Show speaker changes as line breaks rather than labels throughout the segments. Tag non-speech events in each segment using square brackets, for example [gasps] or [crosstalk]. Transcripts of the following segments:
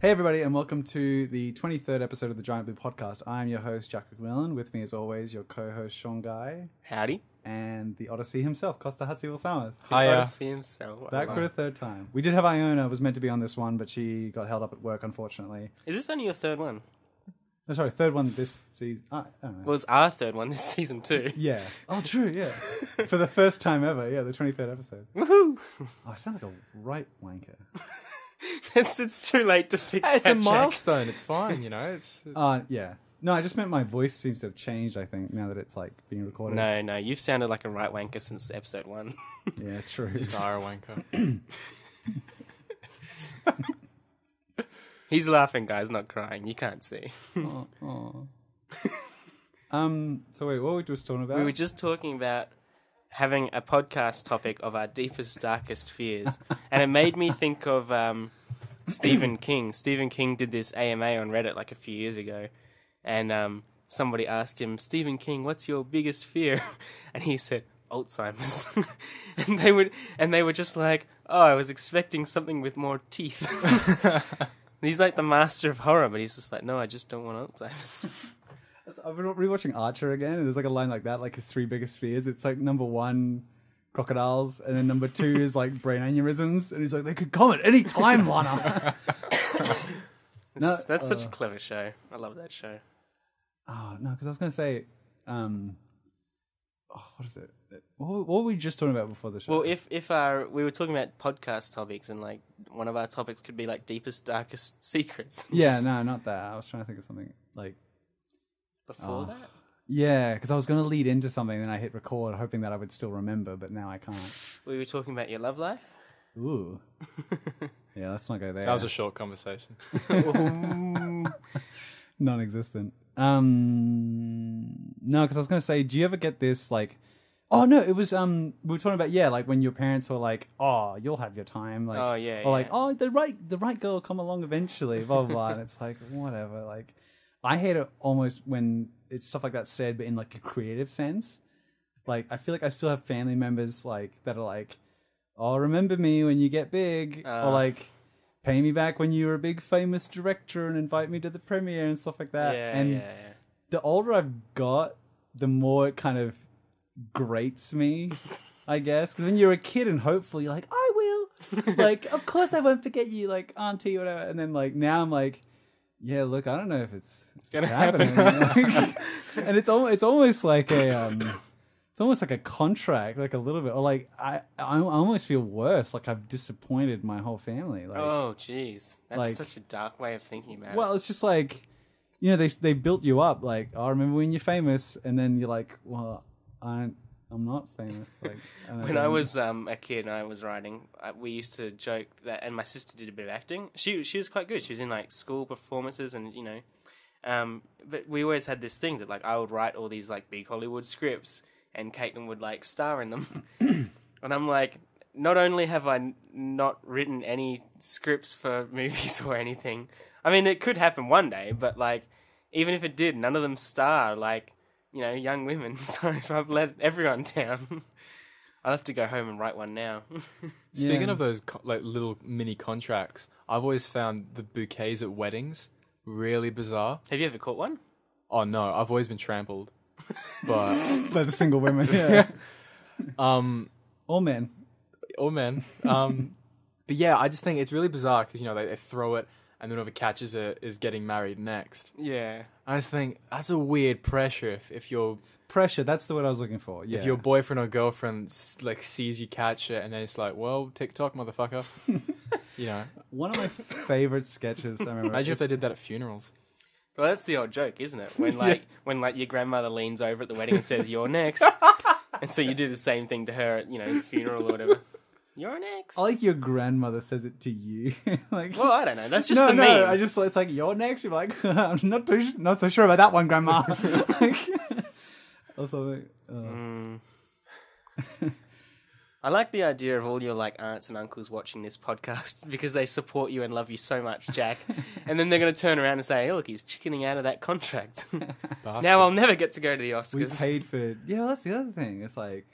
Hey, everybody, and welcome to the 23rd episode of the Giant Blue Podcast. I'm your host, Jack McMillan. With me, as always, your co host, Sean Guy,
Howdy.
and the Odyssey himself, Costa Hatziel Samas.
Hiya.
Hiya.
Odyssey himself. I
Back
love
for
it.
a third time. We did have Iona, was meant to be on this one, but she got held up at work, unfortunately.
Is this only your third one?
No, sorry, third one this season. I I don't know.
Well, it's our third one this season
[laughs]
too. [laughs]
yeah. Oh, true, yeah. for the first time ever, yeah, the 23rd episode.
Woohoo!
Oh, I sound like a right wanker.
it's, it's too late to fix
Hey, [laughs] it's
that,
a
Jack.
milestone. It's fine, you know.
[laughs]
It's, it's-
Uh, yeah. No, I just meant my voice seems to have changed, I think, now that it's like being recorded.
No, no, you've sounded like a right wanker since episode one.
Yeah, true.
[laughs] just are a wanker.
[laughs] He's laughing, guys, not crying. You can't see.
Aw,
oh.
[laughs] aw. um. So wait, what were we just talking about?
We were just talking about having a podcast topic of our deepest, darkest fears, and it made me think of um, Stephen King. Stephen King did this AMA on Reddit like a few years ago, and um, somebody asked him, "Stephen King, what's your biggest fear?" [laughs] And he said, "Alzheimer's," [laughs] and they would, and they were just like, "Oh, I was expecting something with more teeth." [laughs] He's like the master of horror, but he's just like, no, I just don't want Alzheimer's. [laughs]
I've been rewatching Archer again, and there's like a line like that, like his three biggest fears. It's like number one, crocodiles, and then number two is
[laughs]
like brain aneurysms, and he's like, they could come at any time,
[laughs]
Lana. [laughs] No,
It's- that's such a clever show. I love that show.
oh no, because I was gonna say, um, oh, what is it? What, what were we just talking about before the show?
Well, if if our we were talking about podcast topics, and like one of our topics could be like deepest, darkest [laughs] secrets.
yeah,
Just
no, not that. I was trying to think of something like oh.
before that,
yeah, because I was gonna lead into something, then I hit record, hoping that I would still remember, but now I can't.
we were talking about your love life. [laughs]
Ooh. Yeah, let's not go there.
That was a short conversation. [laughs]
non-existent. Um, no, because I was going to say, do you ever get this like? Oh no, it was um we were talking about yeah, like when your parents were like, "Oh, you'll have your time," like,
Oh, yeah,
or like,
yeah.
"Oh, the right the right girl will come along eventually," blah blah. blah. and it's like whatever. Like, I hate it almost when it's stuff like that said, but in like a creative sense. Like, I feel like I still have family members like that are like, "Oh, remember me when you get big," or like, "Pay me back when you're a big famous director and invite me to the premiere and stuff like that."
yeah,
and
yeah, yeah.
the older I've got, the more it kind of grates me, I guess. Because when you're a kid and hopeful, you're like, I
[laughs]
will. like, of course I won't forget you, like, auntie, whatever. And then, like, now I'm like, yeah, look, I don't know if it's,
Gonna
it's happening. [laughs] and it's, al- it's almost like a. Um, it's almost like a contract, like a little bit, or like I, I almost feel worse, like I've disappointed my whole family. Like,
Oh, jeez, that's
like-
such a dark way of thinking about
well, it's just like, you know, they they built you up like, oh, remember when you're famous, and then you're like, well, I'm I'm not famous. Like and
it. When I was um, a kid and I was writing, I, we used to joke that, and my sister did a bit of acting. She she was quite good. She was in like school performances, and you know, um, but we always had this thing that like I would write all these like big Hollywood scripts, and Caitlin would like star in them, and I'm like, not only have I n- not written any scripts for [laughs] movies or anything, I mean it could happen one day, but like even if it did, none of them star like you know young women. [laughs] So if I've let everyone down. I'll have to go home and write one now. [laughs]
[laughs]
Speaking of those co- like little mini contracts, I've always found the bouquets at weddings really bizarre.
have you ever caught one?
Oh no, I've always been trampled. [laughs] But [laughs]
by the single women, yeah,
um,
all men.
all men. oh, Um, but yeah, I just think it's really bizarre because you know they, they throw it, and then whoever catches it is getting married next.
Yeah.
I just think that's a weird pressure if, if your
Pressure. That's the word I was looking for. Yeah.
if your boyfriend or girlfriend s- like sees you catch it, and then it's like, well, TikTok, motherfucker. [laughs] you know,
One of my favorite sketches. I
[laughs]
remember.
imagine if they did that at funerals.
Well, that's the old joke, isn't it?
[laughs]
When like when like your grandmother leans over at the wedding and says,
[laughs]
"You're next," and so you do the same thing to her at you know the funeral or whatever. You're next.
I like your grandmother says it to you. [laughs] like,
well, I don't know. That's just
no,
the
no.
meme.
I just it's like you're next. You're like, [laughs] I'm not too su- not so sure about that one, Grandma. [laughs] like, or something. Uh,
I like the idea of all your like aunts and uncles watching this podcast [laughs] because they support you and love you so much,
[laughs]
Jack. and then they're going to turn around and say, "Hey, "Look, he's chickening out of
[laughs]
that contract.
Bastard.
now I'll never get to go to the
we
Oscars."
paid for yeah well, that's the other thing it's like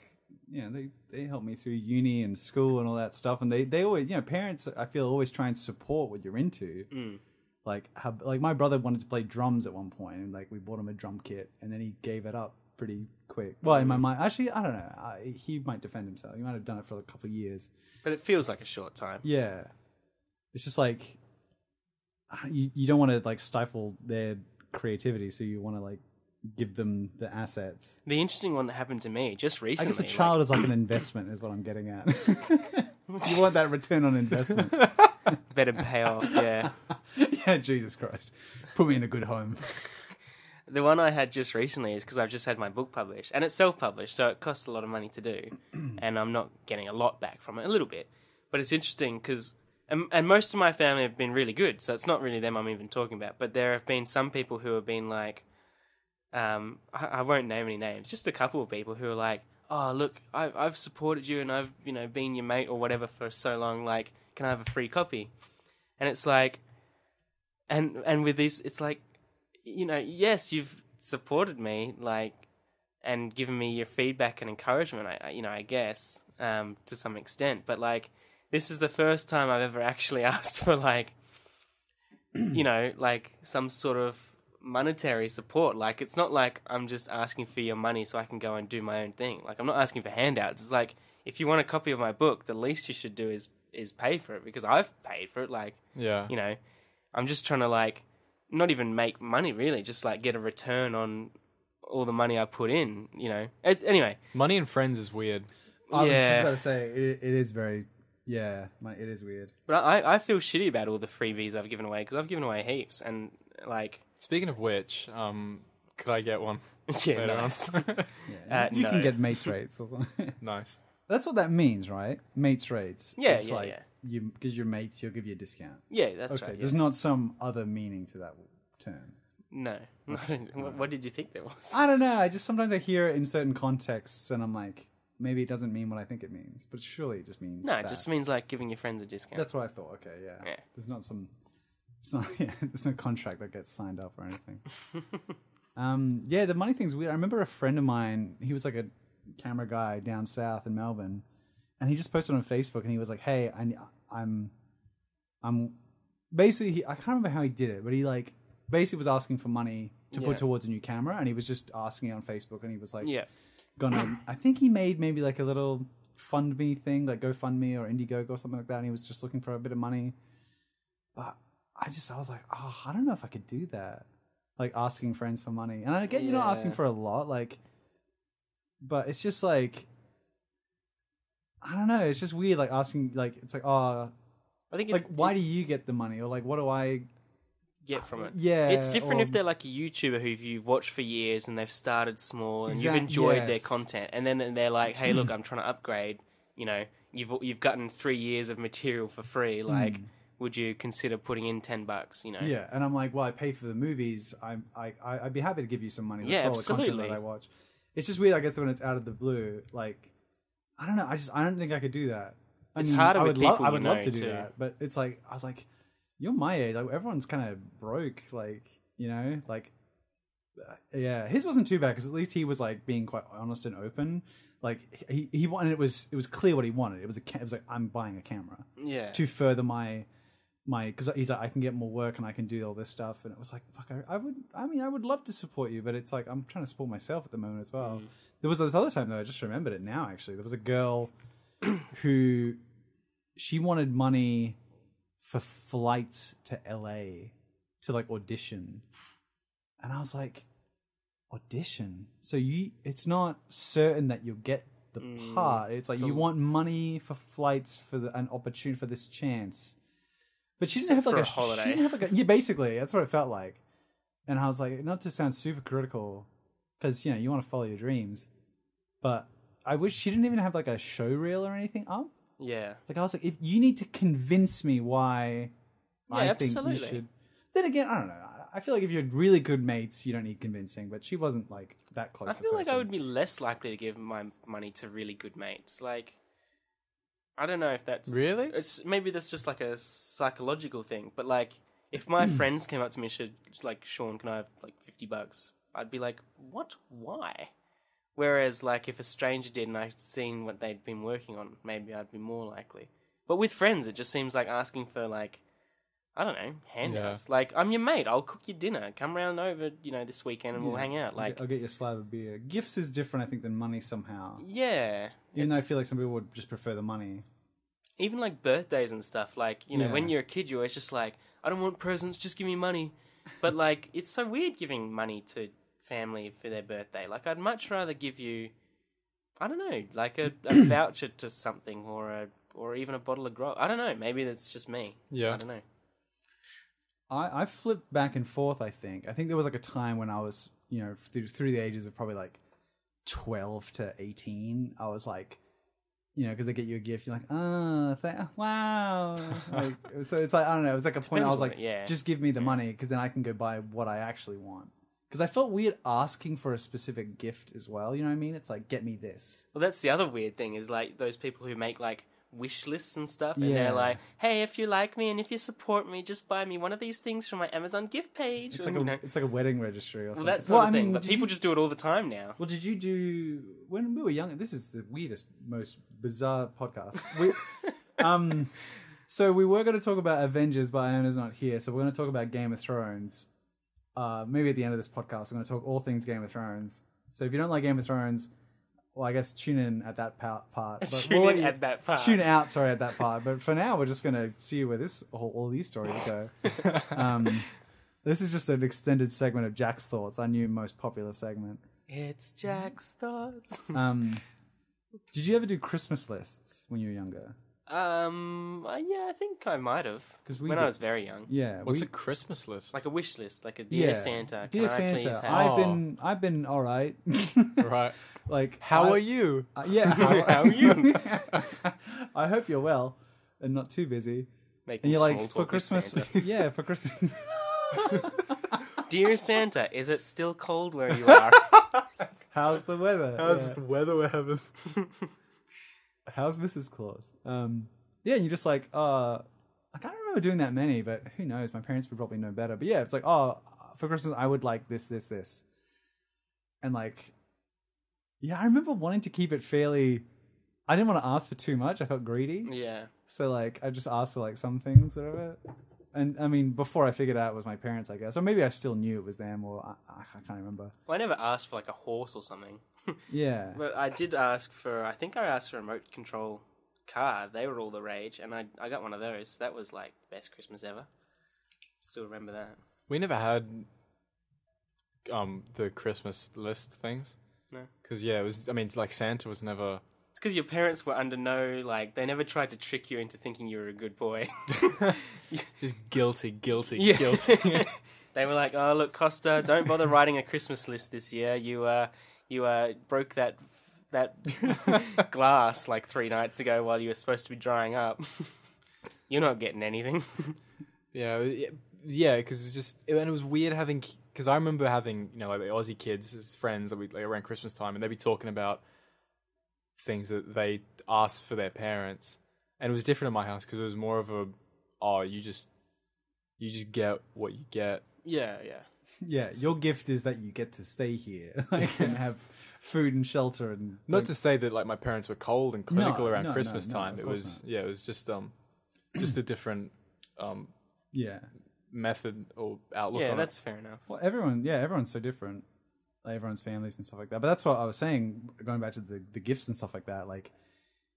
you know they they helped me through uni and school and all that stuff and they they always you know parents i feel always try and support what you're into Like, how, like my brother wanted to play drums at one point, and like we bought him a drum kit, and then he gave it up pretty quick. Well, in my mind, actually, I don't know. I, he might defend himself. He might have done it for a couple of years.
But it feels like a short time.
Yeah, it's just like [sighs] you, you don't want to like stifle their creativity, so you want to like give them the assets.
The interesting one that happened to me just
I
recently.
guess a
like-
child is like [coughs] an investment, is what I'm getting [laughs] at. you want that return on [laughs] investment.
better pay off. Yeah,
yeah, Jesus Christ. Put me in a good home.
the one I had just recently is because I've just had my book published, and it's self-published, so it costs a lot of money to do, and I'm not getting a lot back from it, a little bit, but it's interesting because. And, and most of my family have been really good, so it's not really them I'm even talking about. But there have been some people who have been like, um, I, I won't name any names, just a couple of people who are like, "Oh, look, I, I've supported you and I've you know been your mate or whatever for so long. Like, can I have a free copy?" And it's like, and and with this, it's like, you know, yes, you've supported me, like, and given me your feedback and encouragement. I, I you know, I guess um, to some extent, but like, this is the first time I've ever actually [laughs] asked for like you know, like some sort of monetary support. Like it's not like I'm just asking for your money so I can go and do my own thing. Like I'm not asking for handouts. It's like if you want a copy of my book, the least you should do is is pay for it because I've paid for it. Like
Yeah.
you know, I'm just trying to like not even make money really, just like get a return on all the money I put in. You know, it, anyway.
Money and friends is weird.
I was
Yeah.
just about to say, it, it is very, yeah, my, it is weird.
But I I feel shitty about all the freebies I've given away because I've given away heaps and like [laughs]
Speaking of which, um, could I get one? [laughs]
yeah,
Later on.
nice.
[laughs] Yeah,
Uh,
you can
no.
get mates rates or something.
nice.
[laughs] That's what that means, right? Mates rates.
Yeah,
it's
yeah,
like
yeah.
You because you're mates, you'll give you a discount.
yeah, that's
okay,
right. yeah.
there's not some other meaning to that term. [laughs]
No, [laughs] I don't- what, what did you think that was?
I don't know. I just sometimes I hear it in certain contexts, and I'm like, maybe it doesn't mean what I think it means, but surely it just means
No, it
that.
just means like giving your friends a discount.
That's what I thought. Okay, yeah.
Yeah.
There's not some. It's not. [laughs] Yeah. There's no contract that gets signed up or anything. um. Yeah. The money thing's weird. I remember a friend of mine. He was like a camera guy down south in Melbourne, and he just posted on Facebook, and he was like, "Hey, I, I'm, I'm." Basically, he, I can't remember how he did it, but he like basically was asking for money to
Yeah.
put towards a new camera, and he was just asking it on Facebook, and he was like,
yeah,
gonna I think he made maybe like a little fund me thing, like GoFundMe or Indiegogo or something like that, and he was just looking for a bit of money. But I just I was like, oh, I don't know if I could do that. Like asking friends for money. And I get you're not asking
Yeah.
for a lot, like but it's just like I don't know, it's just weird like asking like it's like oh
I think
like
it's
why do you get the money? Or like what do I
get from it.
Yeah.
it's different
or-
if they're like a YouTuber who you've watched for years and they've started small and
Exact-
you've enjoyed their
yes. Mm.
content, and then they're like, "Hey, look, I'm trying to upgrade." You know, you've you've gotten three years of material for free. Like, would you consider putting in ten bucks? You know,
Mm. Yeah, and I'm like, well, I pay for the movies. I'm, I, I, I'd be happy to give you some money like,
Yeah,
for all the content
absolutely.
that I watch. It's just weird, I guess, when it's out of the blue. Like, I don't know. I just, I don't think I could do that. I
It's harder
I
with
would love-
people
I
you
would
know,
love to do
too.
that, but it's like, I was like, you're my age. Like, everyone's kind of broke. Like, you know, like, uh, yeah, his wasn't too bad because at least he was like being quite honest and open. Like, he, he wanted it was, it was clear what he wanted. It was a, ca- it was like, I'm buying a camera
yeah.
to further my my because he's like I can get more work and I can do all this stuff and it was like fuck I, I would I mean I would love to support you but it's like I'm trying to support myself at the moment as well. There was this other time though I just remembered it now actually there was a girl who she wanted money for flights to LA to like audition and I was like audition so you it's not certain that you'll get the part it's like you want money for flights for the, an opportunity for this chance but she didn't
Except
have like
for
a,
a holiday.
she didn't have like a, yeah basically that's what it felt like and I was like not to sound super critical because you know you want to follow your dreams but I wish she didn't even have like a showreel or anything up
yeah,
like I was like, if you need to convince me why I
Yeah,
think
absolutely.
you should. Then again, I don't know. I- I feel like if you're really good mates, you don't need convincing. But she wasn't like that close.
I
a
feel like I
person.
would be less likely to give my money to really good mates. Like, I don't know if that's
Really?
It's maybe that's just like a psychological thing. But like,
[clears throat]
if my friends came up to me and said, "Like, Sean, can I have like fifty bucks?" I'd be like, "What? Why?" Whereas, like, if a stranger did and I'd seen what they'd been working on, maybe I'd be more likely. But with friends, it just seems like asking for like, I don't know, handouts. Like, I'm your mate. I'll cook your dinner. Come round over, you know, this weekend and we'll
Yeah.
hang out.
I'll
Like,
get- I'll get you a slab of beer. Gifts is different, I think, than money somehow.
yeah.
Even though I
It's-
feel like some people would just prefer the money.
even like birthdays and stuff. Like, you know, when
Yeah.
you're a kid, you're always just like, I don't want presents. Just give me money.
[laughs]
But like, it's so weird giving money to family for their birthday. Like, I'd much rather give you, I don't know, like a,
[coughs]
a voucher to something or a or even a bottle of grog. I don't know. Maybe that's just me.
Yeah.
I don't know.
I, I flipped back and forth. I think. I think there was like a time when I was, you know, through, through the ages of probably like twelve to eighteen. I was like, you know, because they get you a gift, you're like, oh, th-
[laughs]
wow. like, so it's like I don't know. It was like a point. I
Depends
was
on
like,
it, yeah.
just give me the money because then I can go buy what I actually want. Because I felt weird asking for a specific gift as well. You know what I mean? It's like, get me this.
Well, that's the other weird thing is like those people who make like wish lists and stuff, and
Yeah.
they're like, "Hey, if you like me and if you support me, just buy me one of these things from my Amazon gift page."
It's like
and,
a
you know,
it's like a wedding registry or
well,
something.
that sort of thing. but
did
people
you-
just do it all the time now.
Well, did you do when we were young? This is the weirdest, most bizarre podcast.
[laughs]
We, um, so we were going to talk about Avengers, but Iona's not here, so we're going to talk about Game of Thrones. Uh, maybe at the end of this podcast, we're going to talk all things Game of Thrones. So if you don't like Game of Thrones, well, I guess tune in at that pa- part. But
Tune
we'll
in
let you-
at that part.
Tune out, sorry, at that part. But for now, we're just going to see where this all, all these stories
[laughs]
go. Um, this is just an extended segment of Jack's thoughts, our new most popular segment.
It's Jack's thoughts.
Um, did you ever do Christmas lists when you were younger?
um, uh, yeah, I think I might have
'Cause we
when I
did-
was very young.
Yeah.
What's
we-
a Christmas list?
Like a wish list, like a dear Santa. Can
Dear
I
Santa,
please have?
I've
Oh.
been, I've been all right.
[laughs] right.
[laughs] like,
How
I-
are you?
uh, [laughs] yeah. How,
How are you?
[laughs] I hope you're well and not too busy.
Making
And you're
small
like
talk
for
with
Christmas, [laughs]
Santa.
yeah, for
[laughs]
Christmas.
dear Santa, is it still cold where you
[laughs]
are?
How's the weather?
How's
Yeah.
this weather we're [laughs] having?
How's Mrs. Claus? Um, yeah, and you're just like, uh, I can't remember doing that many, but who knows? My parents would probably know better. But yeah, it's like, oh, for Christmas, I would like this, this, this. And like, yeah, I remember wanting to keep it fairly. I didn't want to ask for too much. I felt greedy.
yeah,
So like, I just asked for like some things or whatever. And I mean, before I figured out it was my parents, I guess. Or maybe I still knew it was them, or I, I can't remember.
well, I never asked for like a horse or something, [laughs]
Yeah.
but I did ask for. I think I asked for a remote control car. They were all the rage, and I I got one of those. That was like best Christmas ever. Still remember that.
We never had um the Christmas list things.
No.
Because yeah, it was. I mean, it's like Santa was never.
It's because your parents were under no, like, they never tried to trick you into thinking you were a good boy.
Just guilty, [laughs] guilty,
[laughs] Yeah.
guilty.
[laughs] they were like, oh, look, Costa, don't bother writing a Christmas list this year. You, uh, you, uh, broke that, [laughs] that glass like three nights ago while you were supposed to be drying up. You're not getting anything.
Yeah, it- yeah, because it was just, it- and it was weird having, because I remember having, you know, like the Aussie kids as friends that we like around Christmas time, and they'd be talking about things that they asked for their parents, and it was different in my house because it was more of a, oh, you just, you just get what you get.
yeah, yeah.
Yeah, your gift is that you get to stay here [laughs] like, and have food and shelter and
Not
like,
to say that like my parents were cold and clinical
No,
around
no, no,
Christmas
no,
time.
of
it
course
was,
not.
yeah, it was just um, just a different um
yeah.
method or outlook.
yeah,
on
that's fair enough.
Well, everyone, yeah, everyone's so different. Like, everyone's families and stuff like that. But that's what I was saying, going back to the, the gifts and stuff like that. Like,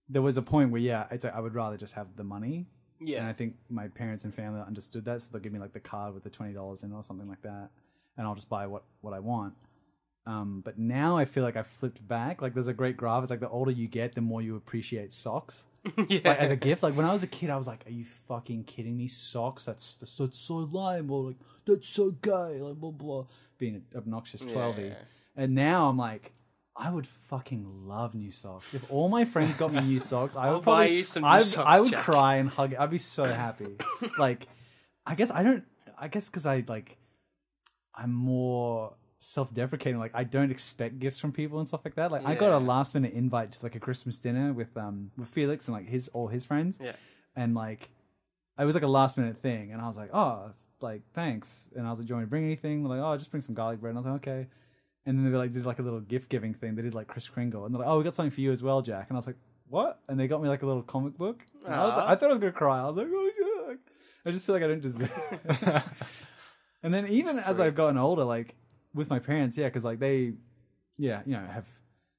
there was a point where, yeah, it's like, I would rather just have the money. And
Yeah.
I think my parents and family understood that. So they'll give me like the card with the $20 in it or something like that. And I'll just buy what, what I want. Um, but now I feel like I've flipped back. Like, there's a great graph. It's like the older you get, the more you appreciate socks.
[laughs] yeah.
[laughs] like, as a gift. Like when I was a kid, I was like, "Are you fucking kidding me? Socks? That's that's, that's so lame." Or like, "That's so gay." Like blah blah, being obnoxious twelvey.
Yeah.
And now I'm like, I would fucking love new socks. If all my friends got me new socks, I would
I'll buy
probably,
you some new
I,
socks,
I would
Jack.
cry and hug. I'd be so
[laughs]
happy. like, I guess I don't. I guess because I like, I'm more self-deprecating like i don't expect gifts from people and stuff like that like i got a
Yeah.
last minute invite to like a christmas dinner with um with felix and like his all his friends
yeah.
and like it was like a last minute thing and i was like oh like thanks and i was like do you want me to bring anything They're like oh just bring some garlic bread and i was like okay and then they like did like a little gift giving thing they did like chris kringle and they're like oh we got something for you as well jack and i was like what and they got me like a little comic book and i was
Aw.
i thought i was gonna cry i was like oh jack I just feel like I don't deserve.
[laughs]
[laughs] it. and then even as I've gotten older, like with my parents, yeah, because like they, yeah, you know, have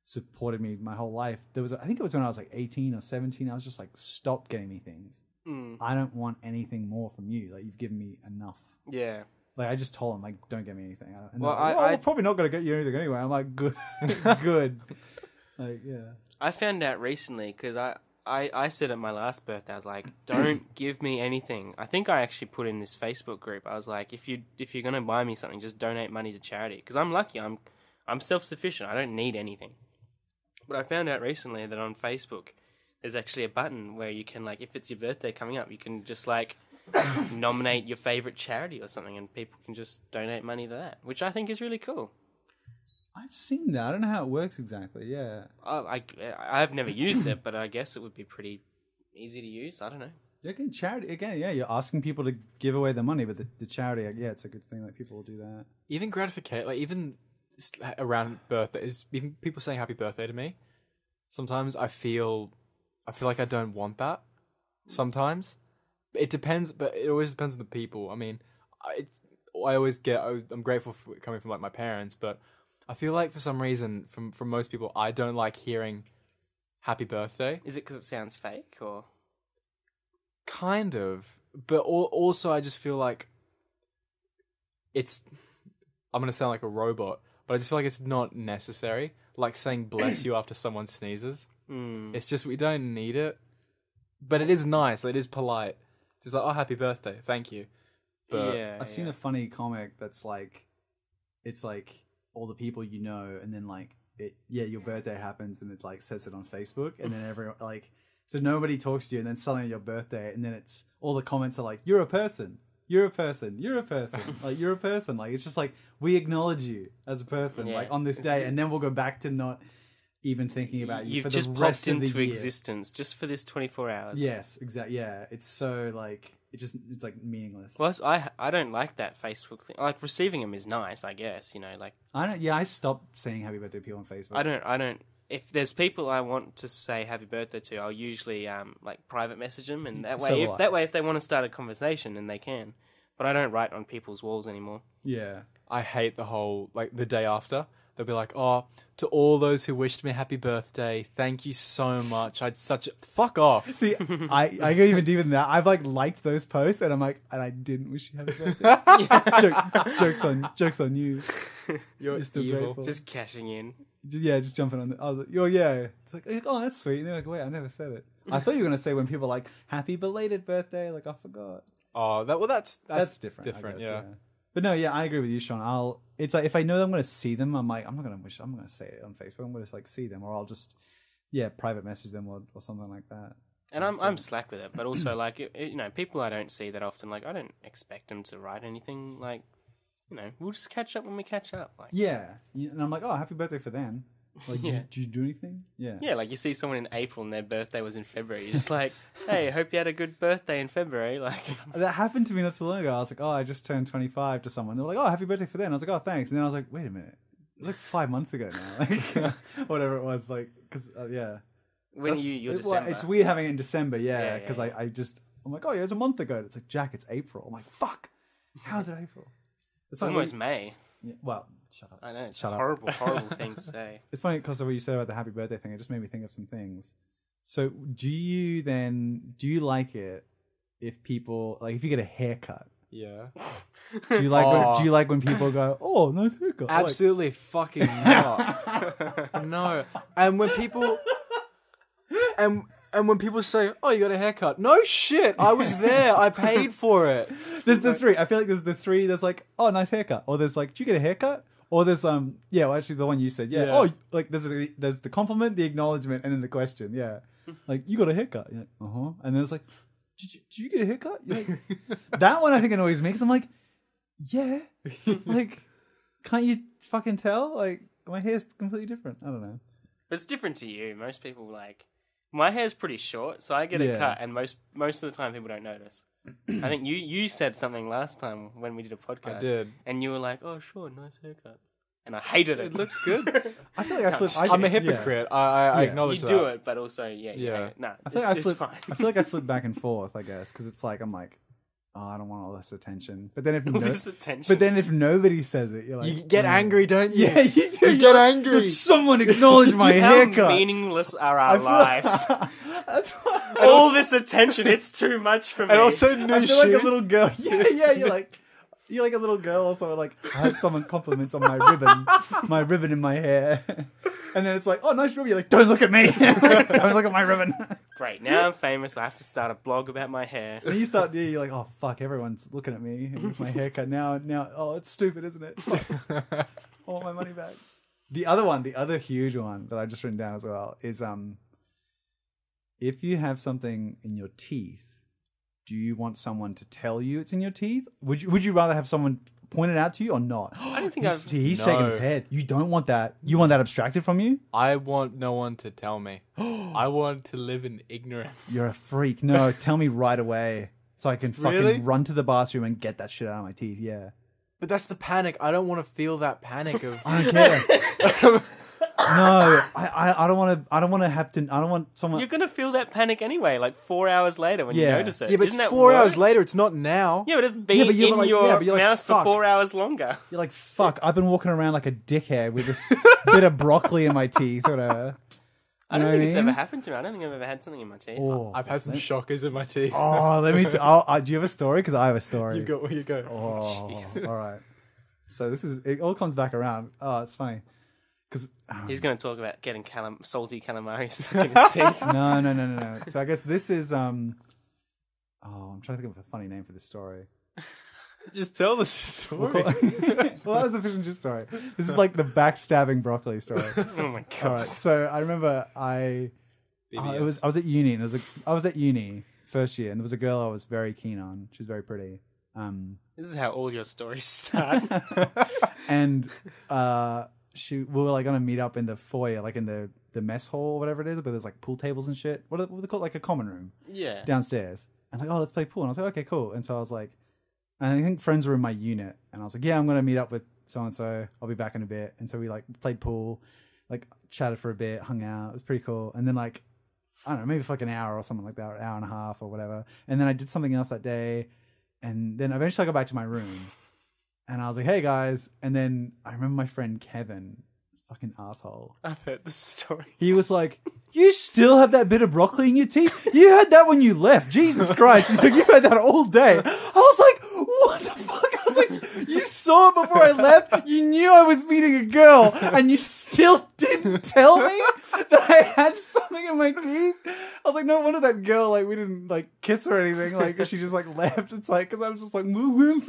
supported me my whole life. There was, I think it was when I was like eighteen or seventeen, I was just like, stop getting me things.
Mm.
I don't want anything more from you. Like you've given me enough.
Yeah.
Like I just told them, like, don't get me anything. And
Well,
well, like,
I-
well,
I-
we're probably not gonna get you anything anyway. I'm like,
[laughs]
good, [laughs] good. Like, yeah.
I found out recently because I, I, I said at my last birthday, I was like, "Don't give me anything." I think I actually put in this Facebook group. I was like, "If you if you're gonna buy me something, just donate money to charity." Because I'm lucky. I'm I'm self sufficient. I don't need anything. But I found out recently that on Facebook, there's actually a button where you can like, if it's your birthday coming up, you can just like [coughs] nominate your favorite charity or something, and people can just donate money to that, which I think is really cool.
I've seen that. I don't know how it works exactly. Yeah.
I, I I've never
[clears throat]
used it, but I guess it would be pretty easy to use. I don't know.
Again, charity. Again, yeah, you're asking people to give away the money, but the, the charity, yeah, it's a good thing that people will do that.
even gratification, like even s- around birthdays, even people saying happy birthday to me. Sometimes I feel, I feel like I don't want that. Sometimes it depends, but it always depends on the people. I mean, I, I always get, I- I'm grateful for it coming from like my parents, but I feel like for some reason, from from most people, I don't like hearing happy birthday.
Is it because it sounds fake or?
kind of but al- also i just feel like it's i'm gonna sound like a robot but i just feel like it's not necessary like saying bless you after someone sneezes it's just we don't need it but it is nice it is polite it's just like oh happy birthday thank you but
yeah,
I've seen a funny comic that's like, it's like all the people you know, and then like it, yeah, your birthday happens, and it like says it on Facebook, and
[laughs]
then everyone like, so nobody talks to you, and then suddenly your birthday, and then it's all the comments are like, you're a person, you're a person, you're a
[laughs]
person, like you're a person, like it's just like we acknowledge you as a person,
Yeah.
like on this day, and then we'll go back to not even thinking about you
You've
for
just
the
popped
rest of the
into
year.
existence just for this 24 hours.
Yes, exactly. Yeah, it's so like it just it's like meaningless.
Plus, I I don't like that Facebook thing. Like receiving them is nice, I guess. You know, like
I don't. Yeah, I stopped saying happy birthday to people on Facebook.
I don't I don't. If there's people I want to say happy birthday to, I'll usually um like private message them, and that way,
So do I.
if that way, if they want to start a conversation, then they can. But I don't write on people's walls anymore.
Yeah.
i hate the whole like the day after they'll be like oh to all those who wished me happy birthday thank you so much i'd such a fuck off
[laughs] [laughs] See, I, I go even deeper than that. I've like liked those posts, and I'm like, and I didn't wish you happy [laughs] birthday. Joke, jokes on jokes on you.
you're,
still grateful.
Just cashing in.
J- Yeah, just jumping on. The, oh, the- oh, yeah. It's like, like, oh, that's sweet. And they're like, wait, I never said it. I thought you were gonna say when people are like happy belated birthday. Like I forgot.
Oh, that well, that's that's,
That's, different. I
Different,
guess,
yeah.
But no, yeah, I agree with you, Sean. I'll. It's like if I know that I'm gonna see them, I'm like, I'm not gonna wish. I'm gonna say it on Facebook. I'm gonna like see them, or I'll just, yeah, private message them or, or something like that.
And I'm I'm slack with it, but also like it, it- you know people I don't see that often. Like I don't expect them to write anything. Like you know we'll just catch up when we catch up. Like
Yeah, You- and I'm like, oh, happy birthday for them. Like, did, you, did you do anything? Yeah.
yeah, like you see someone in April and their birthday was in February. You're
[laughs]
just like, hey, hope you had a good birthday in February. Like [laughs]
That happened to me not so long ago. I was like, oh, I just turned 25 to someone. They're like, oh, happy birthday for them. I was like, oh, thanks. And then I was like, wait a minute. It was like five months ago now, [laughs] like whatever it was, like because uh, yeah,
when
That's-
you you're
it- well,
December.
it's weird having it in December, yeah,
Yeah, yeah,
because
yeah.
I, I just I'm like, oh, yeah, it was a month ago. And it's like Jack, it's April. I'm like, fuck, how's it April?
[laughs] It's almost May.
yeah, well, shut up.
I know it's
Shut
a
up. [laughs]
horrible, horrible thing to say.
It's funny because of what you said about the happy birthday thing. It just made me think of some things. So, do you then do you like it if people like if you get a haircut?
yeah.
Do you like
[laughs]
Oh.
do you like when people go, "Oh, nice haircut"? Like,
Absolutely fucking not. [laughs] no. And when people and and when people say, "Oh, you got a haircut," no shit, I [laughs] was there. I paid for it.
there's the three. I feel like there's the three. There's like, "Oh, nice haircut," or there's like, "Do you get a haircut?" Or there's um, yeah, well, actually the one you said, yeah.
Yeah.
Oh, like there's the there's the compliment, the acknowledgement, and then the question. Yeah, like you got a haircut. Yeah, uh huh. And then it's like, did you, did you get a haircut? You're like- that one I think annoys me because I'm like, yeah, like can't you fucking tell? Like my hair's completely different. I don't know.
But it's different to you. Most people like my hair's pretty short, so I get
Yeah.
a cut, and most most of the time people don't notice. I think you you said something last time when we did a podcast.
did.
and you were like, "Oh, sure, nice haircut," and I hated it. It looked [laughs] good.
I feel like I
I'm
flip.
just
I,
I'm a
yeah.
hypocrite. I, I, I
Yeah.
you
acknowledge that.
do it, but also, yeah, yeah.
Yeah.
No,
I feel like
it's,
I [laughs]
it's
flip.
fine.
I feel like I flip back and forth. I guess because it's like I'm like, oh, I don't want all this attention. But then if no,
All this attention.
but then if nobody says it, you're like,
You Mm. get
"Oh."
angry, don't
[laughs]
you?
Yeah, you do.
You
You're
get
like,
angry.
Someone acknowledge
[laughs]
my
How
haircut.
meaningless are
I
our
feel- [laughs]
lives?
That's
[laughs]
why-
All this attention, it's too much for me.
[laughs] And also
[laughs]
new
I feel
shoes.
like a little girl. [laughs] Yeah, yeah. You're
[laughs]
like you're like a little girl. Also, like I hope someone compliments on my ribbon, my ribbon in my hair. [laughs] And then it's like, oh, nice ribbon. You're like, don't look at me. [laughs] don't look at my ribbon.
great. Now I'm famous. I have to start a blog about my
[laughs]
hair.
And you start, yeah, you're like, oh fuck, everyone's looking at me with my haircut now. Now, oh, it's stupid, isn't it? Fuck. I want my money back. The other one, the other huge one that I just written down as well is um, if you have something in your teeth, do you want someone to tell you it's in your teeth? Would you Would you rather have someone point it out to you or
[gasps]
not? I
don't think
he's,
I've-
he's shaking his
No.
head. You don't want that. You want that abstracted from you.
I want no one to tell [gasps] me. I want to live in ignorance.
You're a freak. No, tell me right away so I can fucking
Really?
run to the bathroom and get that shit out of my teeth. Yeah.
But that's the panic. I don't want to feel that panic [laughs] of.
I don't care.
[laughs]
no, I, I, I don't want to. I don't want to have to. I don't want someone.
You're gonna feel that panic anyway, like four hours later when
Yeah.
you notice it.
yeah, but it's
Isn't that
four
work?
hours later. It's not now.
Yeah, but it's been
Yeah, but you're
in
like-
your
yeah, but you're like,
mouth
"Fuck."
for four hours longer.
You're like, fuck. I've been walking around like a dickhead with
[laughs]
this bit of broccoli in my teeth, or whatever.
I don't
know
think
what
it's
I mean?
ever happened to me. I don't think I've ever had something in my teeth.
Oh,
I've had some shockers in my teeth.
oh let me. T- I'll, I, do you have a story? Because I have a story.
[laughs] You go. where You go. [laughs]
Oh, all right. So this is. It all comes back around. Oh, it's funny.
[laughs]
Because
He's going to talk about getting calam- salty calamari stuck in
[laughs]
his teeth.
no, no, no, no, no. So I guess this is. Um. Oh, I'm trying to think of a funny name for this story.
Just tell the
[laughs]
story. [laughs]
well, that was the fish and chip story. This is like the backstabbing broccoli story.
oh my god!
All right. So I remember I
Oh,
uh, it was I was at uni. And there was a I was at uni first year, and there was a girl I was very keen on. She was very pretty. Um,
This is how all your
[laughs]
stories start.
and uh, she we were like gonna meet up in the foyer, like in the the mess hall, or whatever it is. But there's like pool tables and shit. What are, what are they called? Like a common room
yeah.
downstairs. And like, oh, let's play pool. And I was like, okay, cool. And so I was like, and I think friends were in my unit. And I was like, yeah, I'm gonna meet up with so and so. I'll be back in a bit. And so we like played pool, like chatted for a bit, hung out. It was pretty cool. And then like, I don't know, maybe for like an hour or something like that, or an hour and a half or whatever. And then I did something else that day. And then eventually I got back to my room. And I was like, hey guys. And then I remember my friend Kevin, fucking asshole.
I've heard this story.
He was like, "You still have that bit of broccoli in your teeth? You had that when you left. Jesus Christ!" He's like, "You've had that all day." I was like, "What the fuck?" I was like, "You saw it before I left. You knew I was meeting a girl, and you still didn't tell me that I had something in my teeth." I was like, "No wonder that girl like we didn't like kiss or anything. Like she just like left. It's like because I was just like,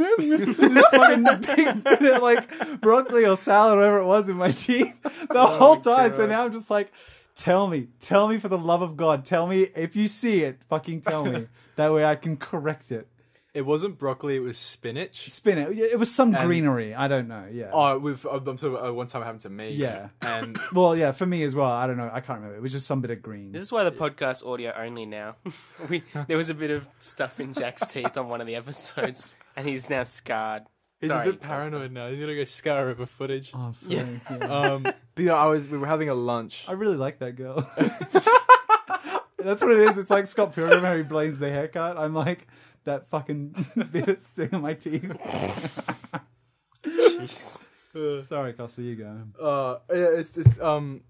this fucking big bit of like broccoli or salad, or whatever it was, in my teeth the whole time. So
God.
now I'm just like, tell me, tell me for the love of God, tell me if you see it, fucking tell
[laughs]
me. that way I can correct it.
It wasn't broccoli. It was spinach.
Spin it. Yeah, It was some
And-
greenery. I don't know. Yeah.
Oh, with I'm I'm sorry. Uh, one time it happened to me.
Yeah.
and
well, yeah, for me as well. I don't know. I can't remember. It was just some bit of green.
This is why the podcast audio only now. [laughs] we there was a bit of stuff in Jack's teeth on one of the episodes, and he's now scarred.
[laughs] he's
Sorry,
a bit paranoid now. He's gonna go scour over footage. [laughs]
Oh, sorry. Yeah.
Um, but yeah, I was. We were having a lunch.
I really like that girl. [laughs] That's what it is. It's like Scott Pilgrim how he blames the haircut. I'm like that fucking [laughs] bit of thing on my teeth. [laughs]
Jeez.
Sorry, Costa, you go.
[laughs] Uh, yeah, it's, it's um,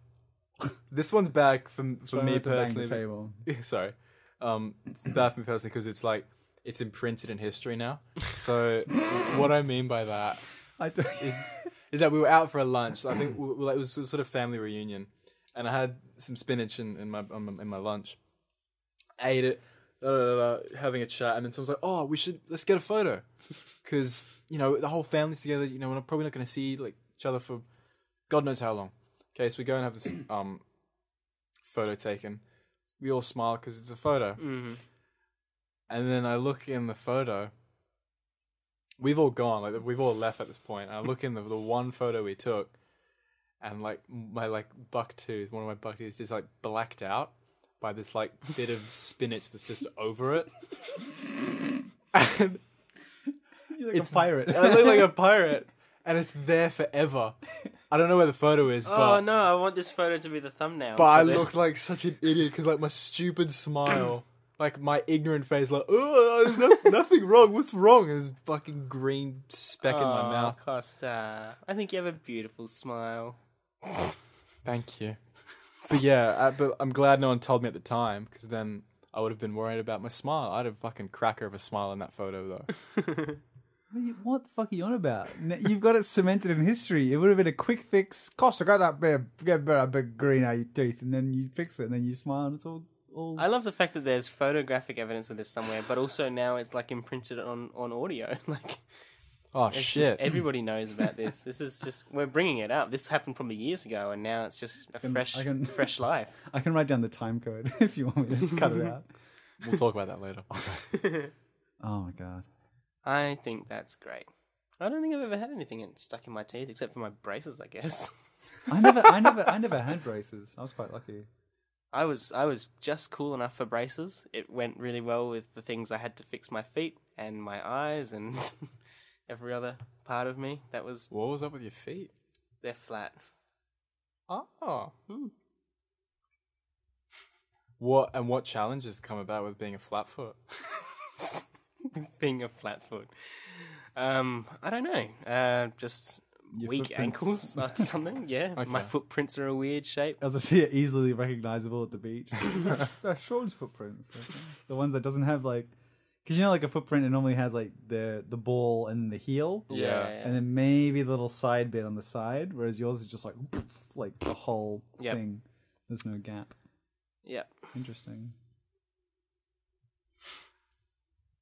this one's back for for
Try
me
not to bang the
personally. [laughs]
table.
Yeah, sorry. Um, it's bad for me personally because it's like it's imprinted in history now. [laughs] So what I mean by that
I do
is is that we were out for a lunch. So I think we, we- like, it was a sort of family reunion, and I had some spinach in, in my on my- in my lunch. Ate it, da, da, da, da, having a chat, and then someone's like, "Oh, we should let's get a photo," [laughs] because you know the whole family's together. You know, we're probably not going to see like each other for God knows how long. Okay, so we go and have this um photo taken. We all smile because it's a photo.
Mhm.
And then I look in the photo. We've all gone, like we've all left at this point. And I look in the, the one photo we took, and like my like buck tooth, one of my buck teeth, is just like blacked out by this like bit of spinach that's just over it. And
[laughs]
[laughs]
You're like it's a pirate.
I look like a pirate, and it's there forever. I don't know where the photo is, but
Oh no! I want this photo to be the thumbnail.
but I
for the-
[clears throat] looked like such an idiot because like my stupid smile. like my ignorant face, like, oh, there's no- [laughs] nothing wrong. What's wrong? And this fucking green speck in my
Aw,
mouth.
Oh, Costa. I think you have a beautiful smile.
Thank you. But yeah, uh but I'm glad no one told me at the time because then I would have been worried about my smile. I had a fucking cracker of a smile in that photo [laughs] though.
What, are you- what the fuck are you on about? N- You've got it cemented in history. It would have been a quick fix. Costa got that bit, of- get a bit of green out of your teeth, and then you fix it, and then you smile, and it's all all.
I love the fact that there's photographic evidence of this somewhere, but also now it's like imprinted on on audio. [laughs] Like
Oh
it's
shit!
just, everybody knows about this. This is just we're bringing it up. This happened probably years ago, and now it's just a
can-
fresh
I can- [laughs]
fresh life.
I can write down the time code [laughs] if you want me to cut it
[laughs]
out.
We'll talk about that [laughs] later.
Oh my god.
I think that's great. I don't think I've ever had anything stuck in my teeth except for my braces, I guess. [laughs]
I never, I never, I never had braces. I was quite lucky.
I was I was just cool enough for braces. It went really well with the things I had to fix my feet and my eyes and [laughs] every other part of me that was
What was up with your feet?
they're flat. [laughs]
Oh.
Hmm.
What and what challenges come about with being a flat foot?
Being a flat foot. Um, I don't know. Uh, just
Your
weak
footprints. [laughs]
ankles or something. Yeah, my
Okay.
footprints are a weird shape.
As I see it, easily recognizable at the beach.
[laughs]
[laughs] They're Sean's footprints. The ones that doesn't have like, because you know, like a footprint, it normally has like the the ball and the heel,
Yeah.
and then maybe the little side bit on the side. Whereas yours is just like, [laughs] like the whole
Yep.
thing. There's no gap.
yeah.
Interesting.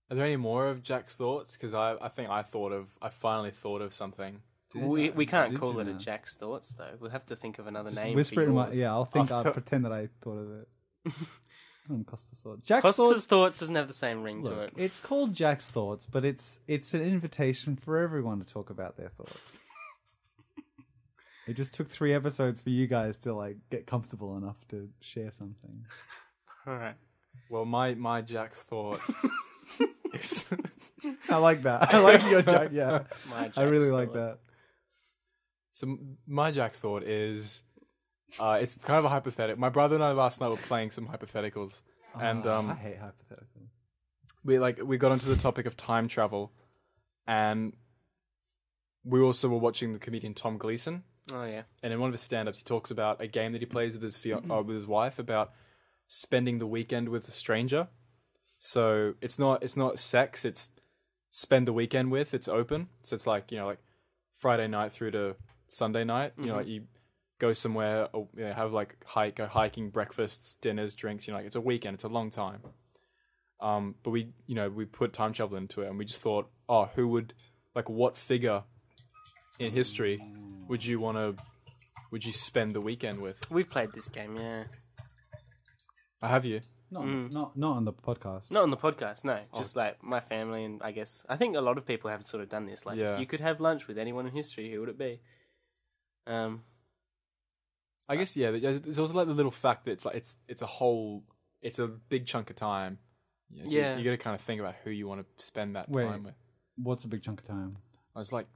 Are there any more of Jack's thoughts? Because I, I think I thought of I finally thought of something.
We we can't
Did
call
you
it a
now?
Jack's thoughts though. We'll have to think of another
Just
name.
whisper
for
it in my
yours.
yeah. I'll think.
[laughs]
I'll
I'll
tell-
pretend that I thought of it. Hmm, Costa's thought. Jack's thoughts.
Costa's thoughts doesn't have the same ring to
Look,
it.
it's called Jack's thoughts, but it's it's an invitation for everyone to talk about their thoughts. it just took three episodes for you guys to like get comfortable enough to share something.
All right.
Well, my my Jack's thought [laughs] is
[laughs]
[laughs]
I like that. [laughs] I like your Jack. Yeah,
My Jack's
I really like
thought.
that.
So m- my Jack's thought is, uh, it's kind of a hypothetical. My brother and I last night were playing some hypotheticals, and
Oh, I
um,
hate hypotheticals.
we like we got onto the topic of time travel, and we also were watching the comedian Tom Gleason,
Oh yeah.
and in one of his stand-ups, he talks about a game that he plays with his fia- uh, with his wife about spending the weekend with a stranger. So it's not it's not sex. It's spend the weekend with. It's open. So it's like you know like Friday night through to Sunday night. You know like you go somewhere, or, you know, have like hike, go hiking, breakfasts, dinners, drinks. You know like it's a weekend. It's a long time. Um, but we you know we put time travel into it, and we just thought, oh, who would like what figure in history would you want to would you spend the weekend with?
We've played this game, yeah.
I have you.
Not not not on the podcast.
Not on the podcast, no.
Oh.
Just like my family and I guess I think a lot of people have sort of done this. Like
Yeah.
if you could have lunch with anyone in history, who would it be? Um
I guess yeah. There's there's also like the little fact that it's like it's it's a whole it's a big chunk of time. Yeah, so you-
Yeah.
you, got to kind of think about who you want to spend that
Wait.
time with.
What's a big chunk of time?
I was like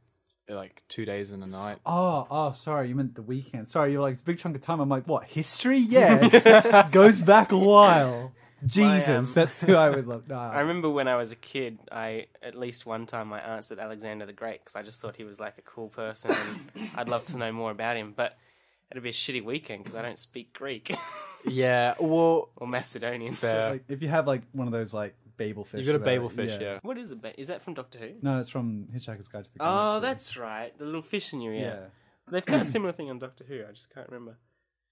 like two days and a night.
Oh, oh, sorry, you meant the weekend. Sorry, you're like it's a big chunk of time. I'm like, what [laughs] history? Yeah, [laughs] it goes back a while. Jesus, that's who I would love. Nah.
I remember when I was a kid, I at least one time I answered Alexander the Great because I just thought he was like a cool person
[laughs]
and I'd love to know more about him. But it'd be a shitty weekend because I don't speak Greek [laughs]
Yeah. Well,
or Macedonian.
fair.
like if you have like one of those like babel fish.
you got a
whatever,
babel fish. Yeah.
What is it? ba- Is that from Doctor Who?
No, it's from Hitchhiker's Guide to the Galaxy.
Oh, that's right. The little fish in your ear.
yeah. [coughs]
They've got a similar thing on Doctor Who. I just can't remember.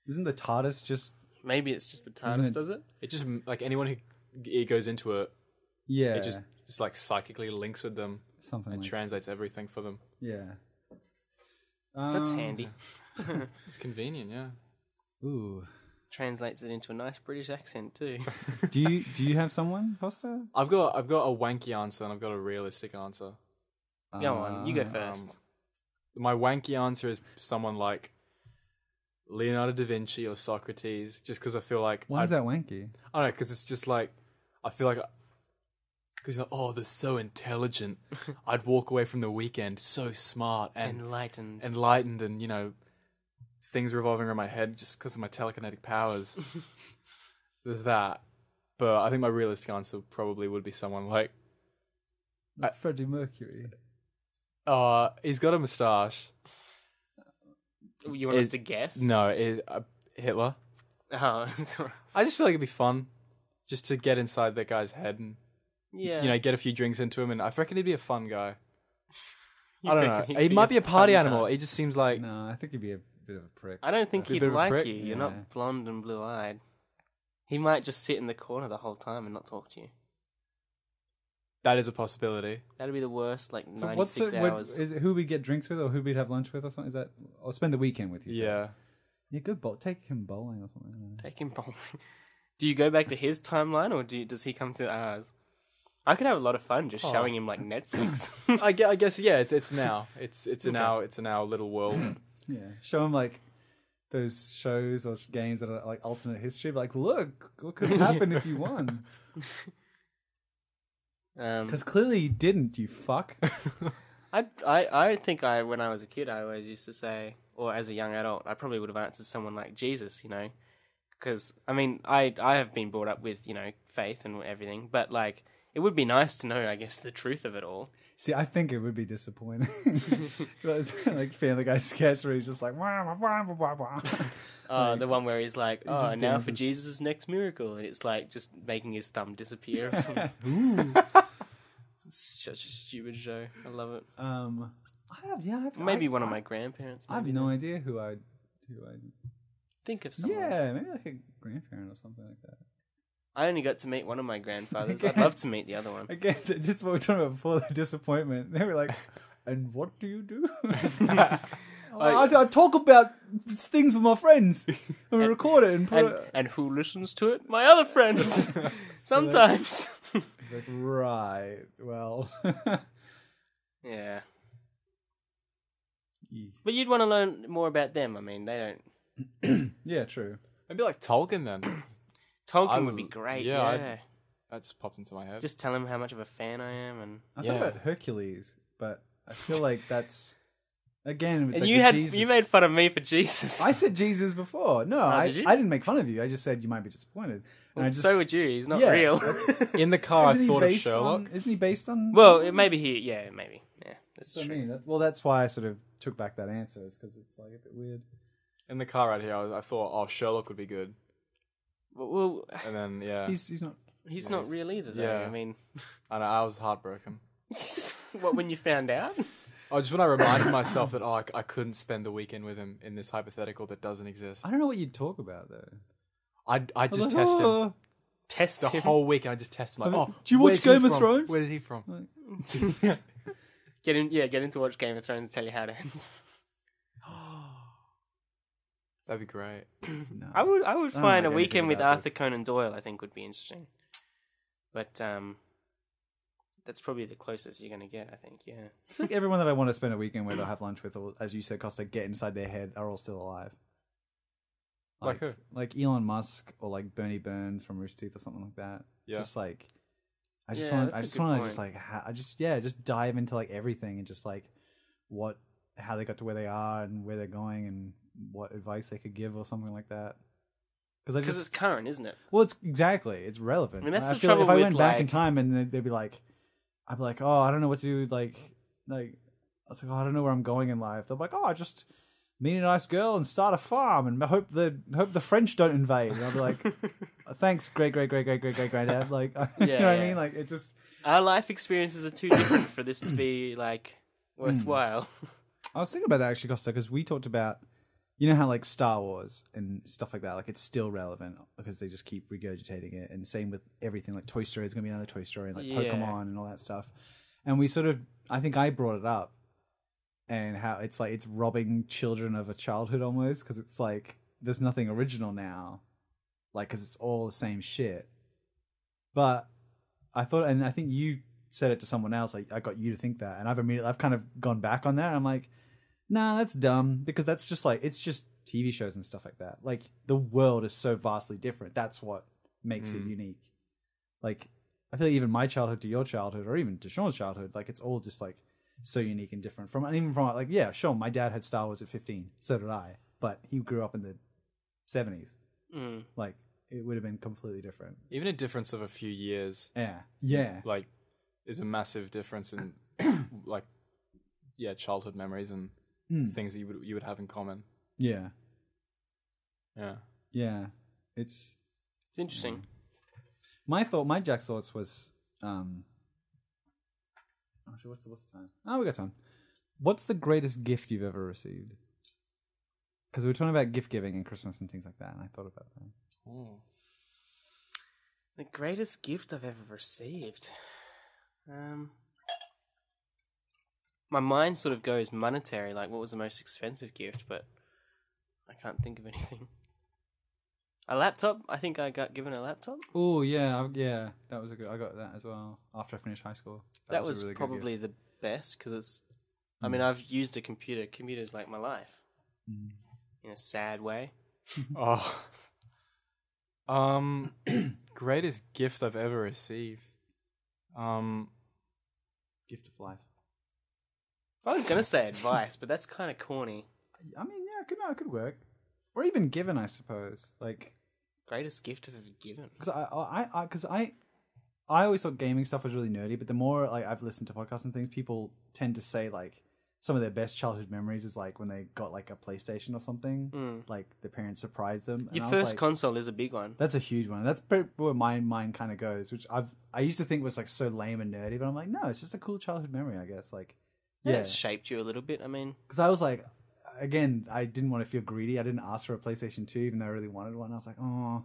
Isn't the TARDIS just
Maybe it's just the
Isn't
TARDIS
it-
does it.
It just like anyone who it goes into it,
yeah?
it just just like psychically links with them
something
and
like
translates everything for them.
yeah.
That's
Oh.
Um,
handy.
It's convenient. Yeah.
Ooh,
Translates it into a nice British accent too.
[laughs]
[laughs]
do you do you have someone, Costa?
I've got I've got a wanky answer and I've got a realistic answer.
go on, you go
Um,
Ah.
first.
my wanky answer is someone like Leonardo da Vinci or Socrates, just because I feel like
Why
I,
is that wanky?
I don't know, because it's just like I feel like because like, oh, they're so
[laughs]
intelligent. I'd walk away from the weekend so smart and
Enlightened.
enlightened, and you know,
[laughs]
things revolving around my head just because of my telekinetic powers. There's that, But I think my realistic answer probably would be someone like, I-
Freddie Mercury.
uh, he's got a moustache.
Oh, You want us
Is-
to guess?
No, it, uh, Hitler.
[laughs] Oh,
I just feel like it'd be fun just to get inside that guy's head and
yeah.
you know get a few drinks into him, and I reckon he'd be a fun guy.
[laughs] You
I don't
reckon
know.
he'd
He might be a party
fun
animal.
guy?
He just seems like
No, I think he'd be a bit of a prick.
I don't think
Be a
he'd
bit of a
like
prick.
you. You're
Yeah.
not blonde and blue eyed. He might just sit in the corner the whole time and not talk to you.
that is a possibility.
That'd be the worst, like
So what's
96
the, what,
hours.
is it who we get drinks with or who we'd have lunch with or something? Is that or spend the weekend with you? say?
Yeah.
yeah, good bowl. Take him bowling or something. I don't know.
Take him bowling. [laughs] Do you go back to his timeline or do you, does he come to ours? I could have a lot of fun
Oh.
just showing him like
[laughs]
Netflix.
I guess, I guess yeah. It's it's now. It's it's an hour. It's an hour little world. [laughs]
Yeah, show him like those shows or games that are like alternate history. Be Like, look, what
[laughs]
could have happened if you won?
um,
Because clearly you didn't. You fuck. [laughs]
I, I, I think I when I was a kid, I always used to say, or as a young adult, I probably would have answered someone like Jesus, you know, because I mean, I I have been brought up with you know faith and everything, but like it would be nice to know, I guess, the truth of it all.
See, I think it would be disappointing.
[laughs]
But it's like Family Guy sketch where he's just like, wah, wah, wah, wah, wah, [laughs] wah.
Uh, the one where he's like, "Oh,
just
now
doing
for
this-
Jesus' next miracle," and it's like just making his thumb disappear
[laughs]
or something. It's Such a stupid show. I love it.
um, I have yeah, I've,
Maybe
I,
one of
I-
my grandparents.
I have
Maybe
no idea who I, who I.
think of someone.
Yeah, maybe like a grandparent or something like that.
I only got to meet one of
[laughs]
my grandfathers. I'd love to meet the other one.
Again, just what we were talking about before, the disappointment. They were [laughs] like, and what do you [laughs] do? I, I talk about things with my [laughs] friends. And we record it and put
and,
it.
and who listens to it? My other friends.
[laughs]
Sometimes.
Like, right, [laughs] well.
yeah. But you'd want to learn more about them. I mean, they don't.
[clears throat] yeah, true.
Maybe like Tolkien then.
Tolkien
I
would be
would-
great.
yeah,
Yeah.
I'd- That just pops into my head.
Just tell him how much of a fan I am, and
I
Yeah.
thought about Hercules, but I feel like that's. Again, with
and
like
you
the
had
Jesus.
you made fun of me for Jesus. [laughs]
I said Jesus before. No, I,
did you?
I didn't make fun of Oh, you. I just said you might be disappointed. And I just,
so would you. He's not
Yeah. [laughs]
real. [laughs]
in the car, I
Isn't he
thought of
based
Sherlock.
on- isn't he based on?
well, it- maybe he. Yeah, maybe. Yeah, that's
That's what I
true.
mean. That- well, that's why I sort of took back that answer, is because it's like a bit weird.
In the car right here, I, was, I thought, oh, Sherlock would be good,
Well, well,
and then yeah,
He's he's not.
he's not real either. Though.
yeah.
I mean,
and I was heartbroken.
[laughs] what when you found
[laughs]
out?
Oh, just when I reminded myself that oh, I, I couldn't spend the weekend with him in this hypothetical that doesn't exist.
I don't know what you'd talk about though.
I I just
Like,
test him
"Oh,
Test
the
him.
whole week, and I just test him. Like,
I mean,
oh,
do you watch
where's he
Game of
from?
Thrones?
Where's he from?
Get in, yeah, get him to watch Game of Thrones. and Tell you how it
[gasps]
ends. [laughs]
That'd be great.
no.
I would Oh, I
I don't
would find a
like anything
weekend with
about
Arthur
this.
Conan Doyle. I think would be interesting, but um, that's probably the closest you're gonna get. I think. Yeah.
I think everyone that I want to spend a weekend with or have lunch with, or as you said, Costa, get inside their head, are all still alive.
Like who?
Like Elon Musk or like Bernie Burns from Rooster Teeth or something like that.
Yeah.
Just like, I just
Yeah,
want,
that's
I
a
just
good
want to
point.
just like, ha- I just yeah, just dive into like everything and just like what, how they got to where they are and where they're going and what advice they could give or something like that. Because I
Because
just
it's current, isn't it?
Well, it's exactly. It's relevant.
I mean, that's the
feel like
trouble
if I
with,
went back in
like-
time and they'd, they'd be like, I'd be like, oh, I don't know what to do. Like, like I was like, oh, I don't know where I'm going in life. They're like, oh, I just meet a nice girl and start a farm and hope the hope the French don't invade. And I'd be
[laughs]
like, "Oh, thanks, great, great, great, great, great, great, granddad. Like, [laughs] you know what I
yeah.
mean? Like, it's just
Our life experiences are too different for this to be like worthwhile. [laughs]
I was thinking about that actually, Costa, because we talked about you know how like Star Wars and stuff like that, like it's still relevant because they just keep regurgitating it. And same with everything, like Toy Story is going to be another Toy Story, and like
Yeah.
Pokemon and all that stuff. And we sort of, I think I brought it up, and how it's like it's robbing children of a childhood almost because it's like there's nothing original now, like because it's all the same shit. But I thought, and I think you said it to someone else. Like I got you to think that, and I've immediately I've kind of gone back on that. And I'm like, nah, that's dumb because that's just like it's just TV shows and stuff like that. Like the world is so vastly different. That's what makes it unique. Like I feel like even my childhood to your childhood, or even to Sean's childhood, like it's all just like so unique and different from and even from like yeah, sure, my dad had Star Wars at 15, so did I, but he grew up in the 70s.
Mm.
Like it would have been completely different.
Even a difference of a few years,
Yeah, yeah,
like, is a massive difference [coughs] in, like, yeah, childhood memories and
Mm.
things that you would you would have in common.
yeah,
Yeah.
yeah. It's
It's interesting.
my thought. My Jack's thoughts was, um, actually, what's the what's the time? Oh, we got time. What's the greatest gift you've ever received? Because we were talking about gift giving and Christmas and things like that, and I thought about that.
Hmm. The greatest gift I've ever received. Um, my mind sort of goes monetary, like what was the most expensive gift, but I can't think of [laughs] anything. A laptop? I think I got given a laptop.
Oh yeah, I- yeah, that was a good. I got that as well after I finished high school.
That, was,
a really good gift. Hmm.
probably the best because it's. I mean, I've used a computer. Computers like my life, in a sad way.
[laughs] Oh. Um, [clears throat] greatest gift I've ever received. Um,
gift of life.
I was gonna say [laughs] advice, but that's kind of corny.
I mean, yeah, it could no, it could work, or even given, I suppose. Like,
Greatest gift I've ever given.
because I, I, I, because I, I always thought gaming stuff was really nerdy, but the more like I've listened to podcasts and things, people tend to say like some of their best childhood memories is like when they got like a PlayStation or something, like their parents surprised them. and
Mm. Your
I was
first
like,
console is a big one.
That's a huge one. That's pretty- where my mind kind of goes, which I've I used to think was like so lame and nerdy, but I'm like, no, it's just a cool childhood memory, I guess. Like,
Yeah,
yeah,
it's shaped you a little bit. I mean,
because I was like, again, I didn't want to feel greedy. I didn't ask for a PlayStation Two, even though I really wanted one. I was like, oh,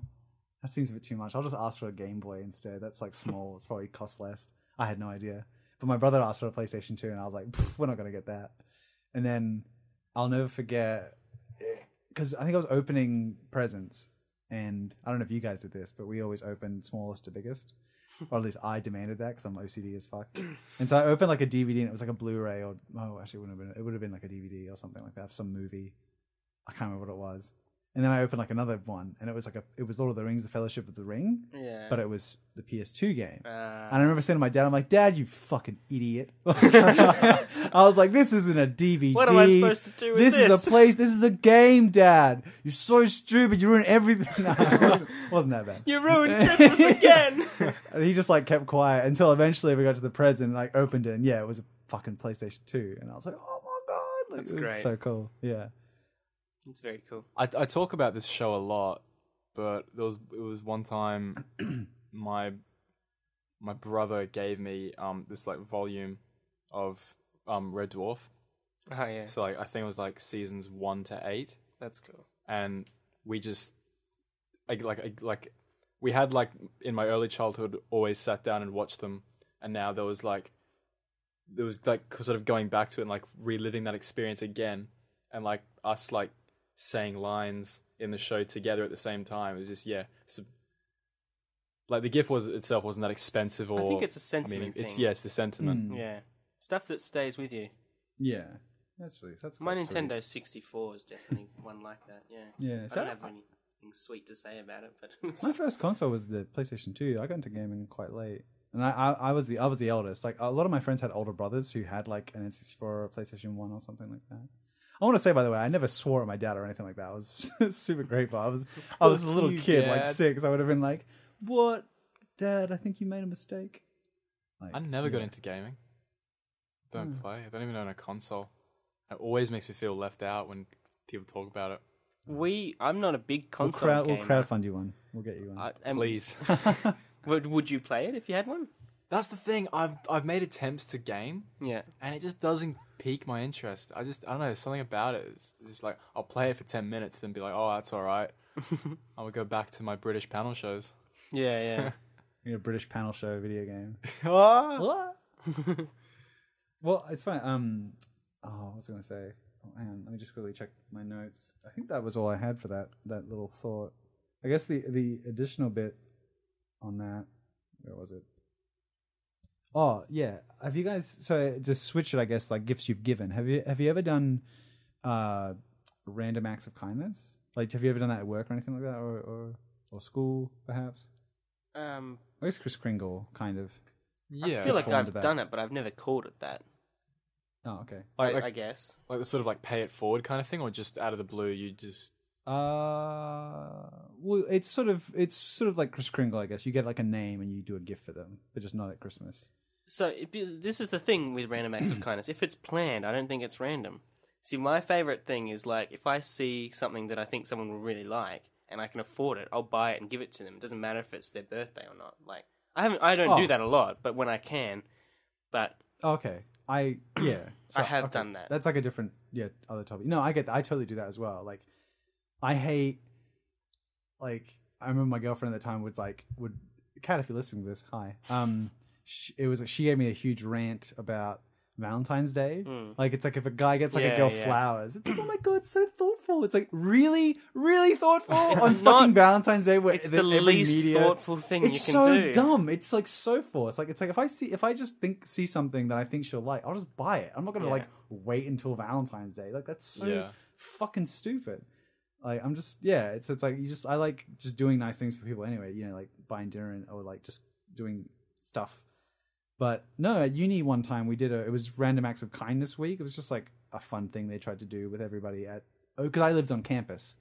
that seems a bit too much. I'll just ask for a Game Boy instead. That's like small. it's probably cost less. I had no idea. But my brother asked for a PlayStation Two, and I was like, "Pff, we're not gonna get that. And then I'll never forget because I think I was opening presents, and I don't know if you guys did this, but we always opened smallest to biggest. Or at least I demanded that because I'm OCD as fuck. And so I opened like a DVD and it was like a Blu-ray or oh, actually it wouldn't have been it would have been like a DVD or something like that of some movie. I can't remember what it was. And then I opened like another one and it was like a it was Lord of the Rings: The Fellowship of the Ring,
yeah.
but it was the PS2 game.
uh,
And I remember saying to my dad, I'm like, Dad, you fucking idiot. [laughs] I was like, this isn't a DVD.
What am I supposed to do with
This
this?
is a place, this is a game, Dad. You're so stupid. You ruin everything. [laughs] No, it wasn't, wasn't that bad.
[laughs] you ruined Christmas again.
[laughs] And he just like kept quiet until eventually we got to the present and I opened it. And yeah, it was a fucking PlayStation 2. And I was like, oh my God. Like,
That's
it was
great.
so cool. Yeah.
[laughs] it's very cool.
I I talk about this show a lot, but there was it was one time my my brother gave me um this like volume of um Red Dwarf.
Oh yeah,
So like I think it was like seasons one to eight.
that's cool.
and we just like like I- like we had like in my early childhood always sat down and watched them and now there was like there was like sort of going back to it and like reliving that experience again and like us like saying lines in the show together at the same time it was just yeah it's a- like the gift was itself wasn't that expensive or
I think it's a
I mean
sentiment
it's
thing.
yeah it's the sentiment
Yeah, stuff that stays with you.
Yeah. That's really, that's
My
quite sweet.
Nintendo 64 is definitely [laughs] one like that. Yeah.
Yeah,
I
so-
don't have anything sweet to say about it, but it
My
was,
first console was the PlayStation Two. I got into gaming quite late, and I, I, I was the I was the eldest. Like a lot of my friends had older brothers who had like an N sixty four or a PlayStation One or something like that. I want to say, by the way, I never swore at my dad or anything like that. I was [laughs] super grateful. I was I was a little
you,
kid, like
Dad.
six. I would have been like, "What, Dad? I think you made a mistake." Like,
I never got
yeah.
into gaming. Don't play. I don't even own a console. It always makes me feel left out when people talk about it.
[laughs] we. I'm not a big
We'll,
console
crowd, we'll
gamer.
crowdfund you one. We'll get you one. [laughs]
I, and
Please. [laughs]
Would Would you play it if you had one?
That's the thing. I've I've made attempts to game,
Yeah.
and it just doesn't pique my interest. I just I don't know. There's something about it. It's just like I'll play it for ten minutes, then be like, oh, that's all right. I would go back to my British panel shows.
Yeah, yeah.
You know, British panel show video game.
Ah!
[laughs] well, it's fine. Um, oh, what was I going to say? Oh, hang on, let me just quickly check my notes. I think that was all I had for that that little thought. I guess the the additional bit on that. Where was it? Oh yeah, have you guys? So just switch it. I guess like gifts you've given. Have you have you ever done uh random acts of kindness? Like have you ever done that at work or anything like that, or or, or school perhaps?
Um,
I guess Chris Kringle kind of.
yeah,
I feel like
fall into
I've
that.
done it, but I've never called it that.
Oh okay.
like
I,
like,
I guess.
like the sort of like pay it forward kind of thing, or just out of the blue, you just
Uh, well, it's sort of it's sort of like Chris Kringle, I guess. You get like a name and you do a gift for them, but just not at Christmas.
So it, be- this is the thing with random
[clears throat]
acts of kindness. If it's planned, I don't think it's random. See, my favorite thing is like if I see something that I think someone will really like and I can afford it, I'll buy it and give it to them. It doesn't matter if it's their birthday or not. Like I haven't, I don't
Oh.
do that a lot, but when I can, but
Okay, I yeah,
[clears throat] I have done that.
That's like a different yeah other topic. No, I get that. I totally do that as well. Like, I hate like I remember my girlfriend at the time would like would Kat, if you're listening to this, hi. Um, sh it was she gave me a huge rant about Valentine's Day. Like it's like if a guy gets like a
Hmm. Yeah,
girl
yeah.
flowers, it's like oh my god, so thoughtful. It's like really, really thoughtful
[laughs]
on
not-
fucking Valentine's Day. Where
it's
the
the least
media,
thoughtful thing you
it's
can
so
do.
dumb. It's like so forced. Like it's like if I see if I just think see something that I think she'll like, I'll just buy it. I'm not gonna
Yeah.
like wait until Valentine's Day. Like that's so
Yeah.
fucking stupid. Like I'm just yeah. It's it's like you just I like just doing nice things for people anyway. You know, like buying dinner and or like just doing stuff. But no, at uni one time we did a it was random acts of kindness week. It was just like a fun thing they tried to do with everybody at oh because I lived on campus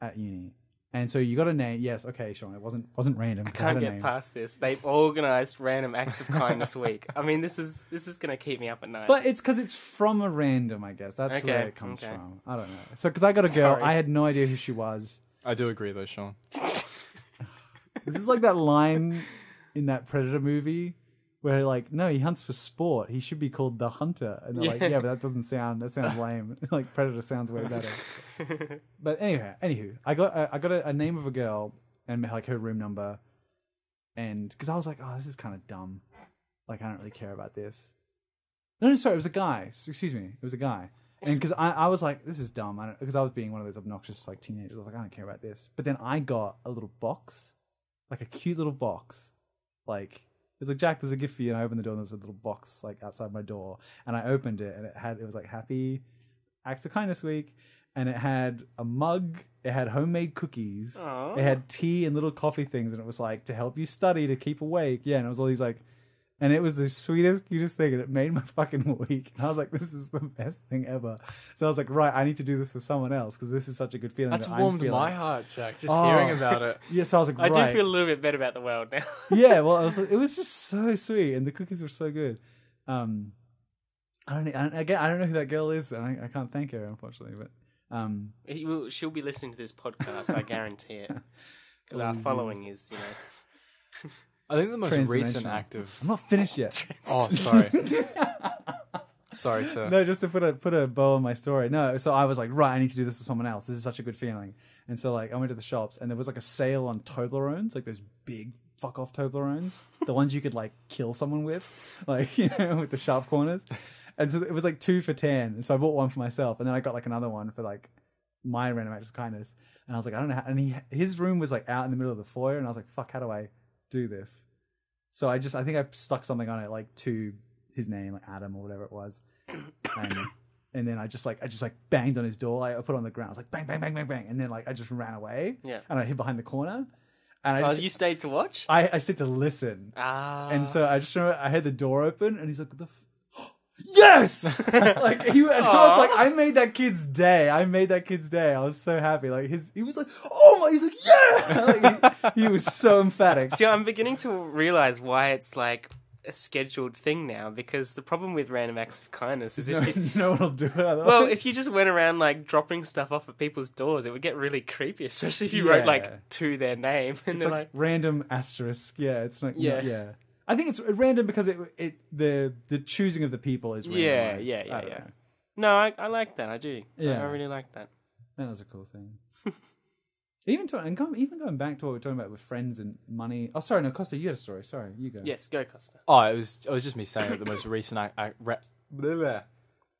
at uni. And so you got a name, yes, okay, Sean. It wasn't wasn't random. I
can't get past this. They've organized random acts of kindness week. I mean, this is this is gonna keep me up at night. [laughs]
But it's because it's from a random, I guess. That's where
Okay,
it comes
okay.
from. I don't know. So because I got a girl,
Sorry.
I had no idea who she was.
I do agree though, Sean.
This is like that line in that Predator movie where like, no, he hunts for sport. He should be called the Hunter. And they're like,
Yeah.
yeah, but that doesn't sound. That sounds lame. [laughs] like Predator sounds way better. but anyway, anywho, I got a, I got a, a name of a girl and like her room number, and because I was like, oh, this is kind of dumb. Like I don't really care about this. No, no, sorry, it was a guy. S- Excuse me, it was a guy. And because I, I was like, this is dumb. I don't because I was being one of those obnoxious like teenagers. I was like, I don't care about this. But then I got a little box, like a cute little box, like. It was like Jack, there's a gift for you, and I opened the door, and there was a little box like outside my door, and I opened it, and it had it was like happy acts of kindness week, and it had a mug, it had homemade cookies,
Aw.
it had tea and little coffee things, and it was like to help you study, to keep awake, yeah, and it was all these like and it was the sweetest, cutest thing, and it made my [laughs] fucking week. And I was like, "This is the best thing ever." So I was like, "Right, I need to do this with someone else because this is such a good feeling."
That's
that I'm
warmed
feeling."
my heart, Jack. Just
Oh.
hearing about it.
Yeah, so I was like,
I
right.
do feel a little bit better about the world now.
yeah, well, it was, it was just so sweet, and the cookies were so good. Um, I don't, I don't again, I don't know who that girl is, and I, I can't thank her unfortunately. But um,
He will- She'll be listening to this podcast, I
[laughs]
guarantee it. Because our following is, you know.
I think the most recent
Transdimensional.
act of
[laughs] I'm not finished yet.
[laughs] Oh, sorry. sorry, sir.
no, just to put a put a bow on my story. No, so I was like, right, I need to do this with someone else. This is such a good feeling. And so like I went to the shops, and there was like a sale on Toblerones, like those big fuck off Toblerones, [laughs] the ones you could like kill someone with, [laughs] like you know, with the sharp corners. And so it was like two for ten. And so I bought one for myself, and then I got like another one for like my random acts of kindness. And I was like, I don't know. How, and he his room was like out in the middle of the foyer, and I was like, fuck, how do I do this? So I just I think I stuck something on it like to his name, like Adam or whatever it was. And, and then I just like I just like banged on his door. I put it on the ground. I was like bang bang bang bang bang. And then like I just ran away.
Yeah.
And I hid behind the corner. And I
Oh,
just
you stayed
[laughs]
to watch?
I, I said to listen.
Ah.
And
[laughs]
so I just remember I had the door open and he's like, "What the f- [gasps]
[laughs]
Yes! like he and I was like, I made that kid's day. I made that kid's day. I was so happy. Like his he was like, Oh my he's like, Yeah [laughs] Like, he, he was so emphatic.
See, I'm beginning to realize why it's like a scheduled thing now. Because the problem with random acts of kindness is if you.
[laughs] no one will do it otherwise.
Well, if you just went around like dropping stuff off at people's doors, it would get really creepy, especially if you wrote
Yeah.
like to their name and
It's
they're
like,
like,
random asterisk. Yeah, it's like yeah,
Yeah.
yeah. I think it's random because it it the the choosing of the people is randomized.
Yeah, yeah, yeah,
I don't
yeah.
know.
"No, I, I like that. I do. I-
Yeah.
I, really like that."
That was a cool thing. [laughs] even to, and come, even going back to what we are talking about with friends and money. Oh, sorry, no, Costa, you had a story. Sorry, you go.
Yes, go Costa.
Oh, it was it was just me saying that the most recent act, act ra- blah, blah.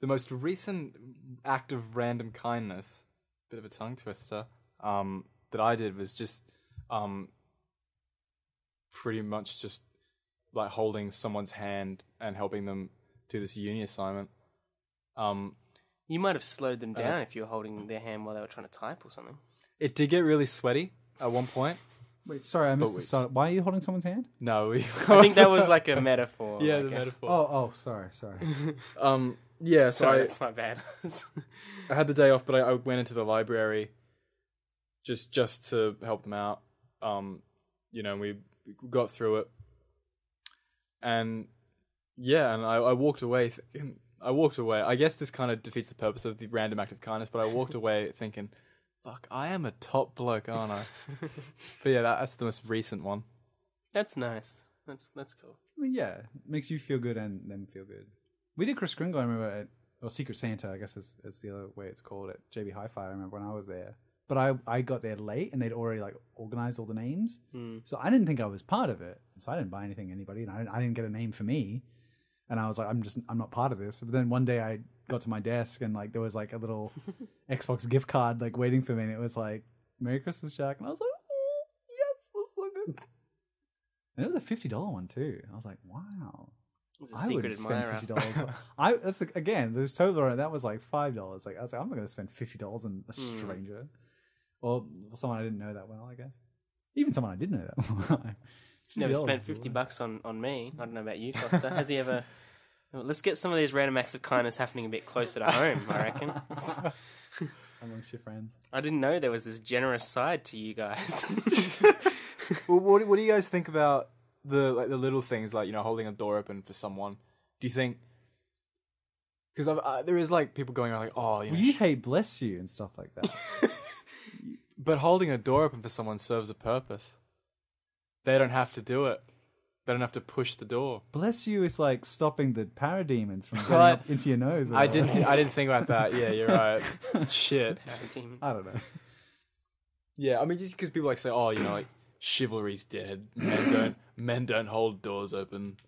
the most recent act of random kindness, bit of a tongue twister, um, that I did was just um, pretty much just like holding someone's hand and helping them do this uni assignment. Um,
You might have slowed
Uh-huh.
them down if you were holding their hand while they were trying to type or something.
it did get really sweaty at one point.
Wait, sorry, I missed
But
the
wait.
start. Why are you holding someone's hand?
No, we, [laughs]
I think that was like a metaphor.
yeah, the
like a-
metaphor.
Oh, oh, sorry, sorry.
Um, yeah, so
[laughs] Sorry,
I,
that's my bad. [laughs]
I had the day off, but I, I went into the library just just to help them out. Um, you know, we got through it, and yeah, and I, I walked away. Thinking, [clears throat] I walked away. I guess this kind of defeats the purpose of the random act of kindness, but I walked away thinking, "Fuck, I am a top bloke, aren't I?" but yeah, that, that's the most recent one.
That's nice. That's that's cool.
I mean, yeah, makes you feel good and them feel good. We did Chris Kringle, I remember, at, or Secret Santa, I guess is, is the other way it's called at JB Hi-Fi. I remember when I was there, but I I got there late and they'd already like organized all the names,
Hmm.
so I didn't think I was part of it. So I didn't buy anything anybody, and I didn't, I didn't get a name for me. And I was like, I'm just I'm not part of this. But then one day I got to my desk and like there was like a little Xbox gift card like waiting for me, and it was like Merry Christmas, Jack, and I was like, oh yes, that's so good. And it was a fifty dollar one too. I was like, wow.
It's a
I
secret
would spend
admirer.
fifty dollars.
[laughs]
I that's like, again, there's total that was like five dollars. Like I was like, I'm not going to spend fifty dollars on a
Hmm.
Mm.
stranger or someone I didn't know that well. I guess even someone I did know that [laughs] well.
Never
$50
spent
is
fifty
a lot.
bucks on on me. I don't know about you, Costa. Has he ever? [laughs] Well, Let's get some of these random acts of kindness happening a bit closer to home. I
[laughs]
reckon.
amongst your friends.
I didn't know there was this generous side to
[laughs]
you guys.
Well, what, what do you guys think about the like the little things like you know holding a door open for someone? Do you think? Because uh, there is like people going around like oh you know,
Well, you
sh-
hate bless you and stuff like
[laughs]
that.
but holding a door open for someone serves a purpose. They don't have to do it. They don't have to push the door.
bless you is like stopping the parademons
[laughs]
from getting
What?
up into your nose. or
I
whatever.
didn't. I didn't think about that. Yeah, you're right. [laughs] Shit.
Demons.
[laughs] I don't know.
Yeah, I mean, just because people like say, oh, you know, like chivalry's dead. Men don't. men don't hold doors open.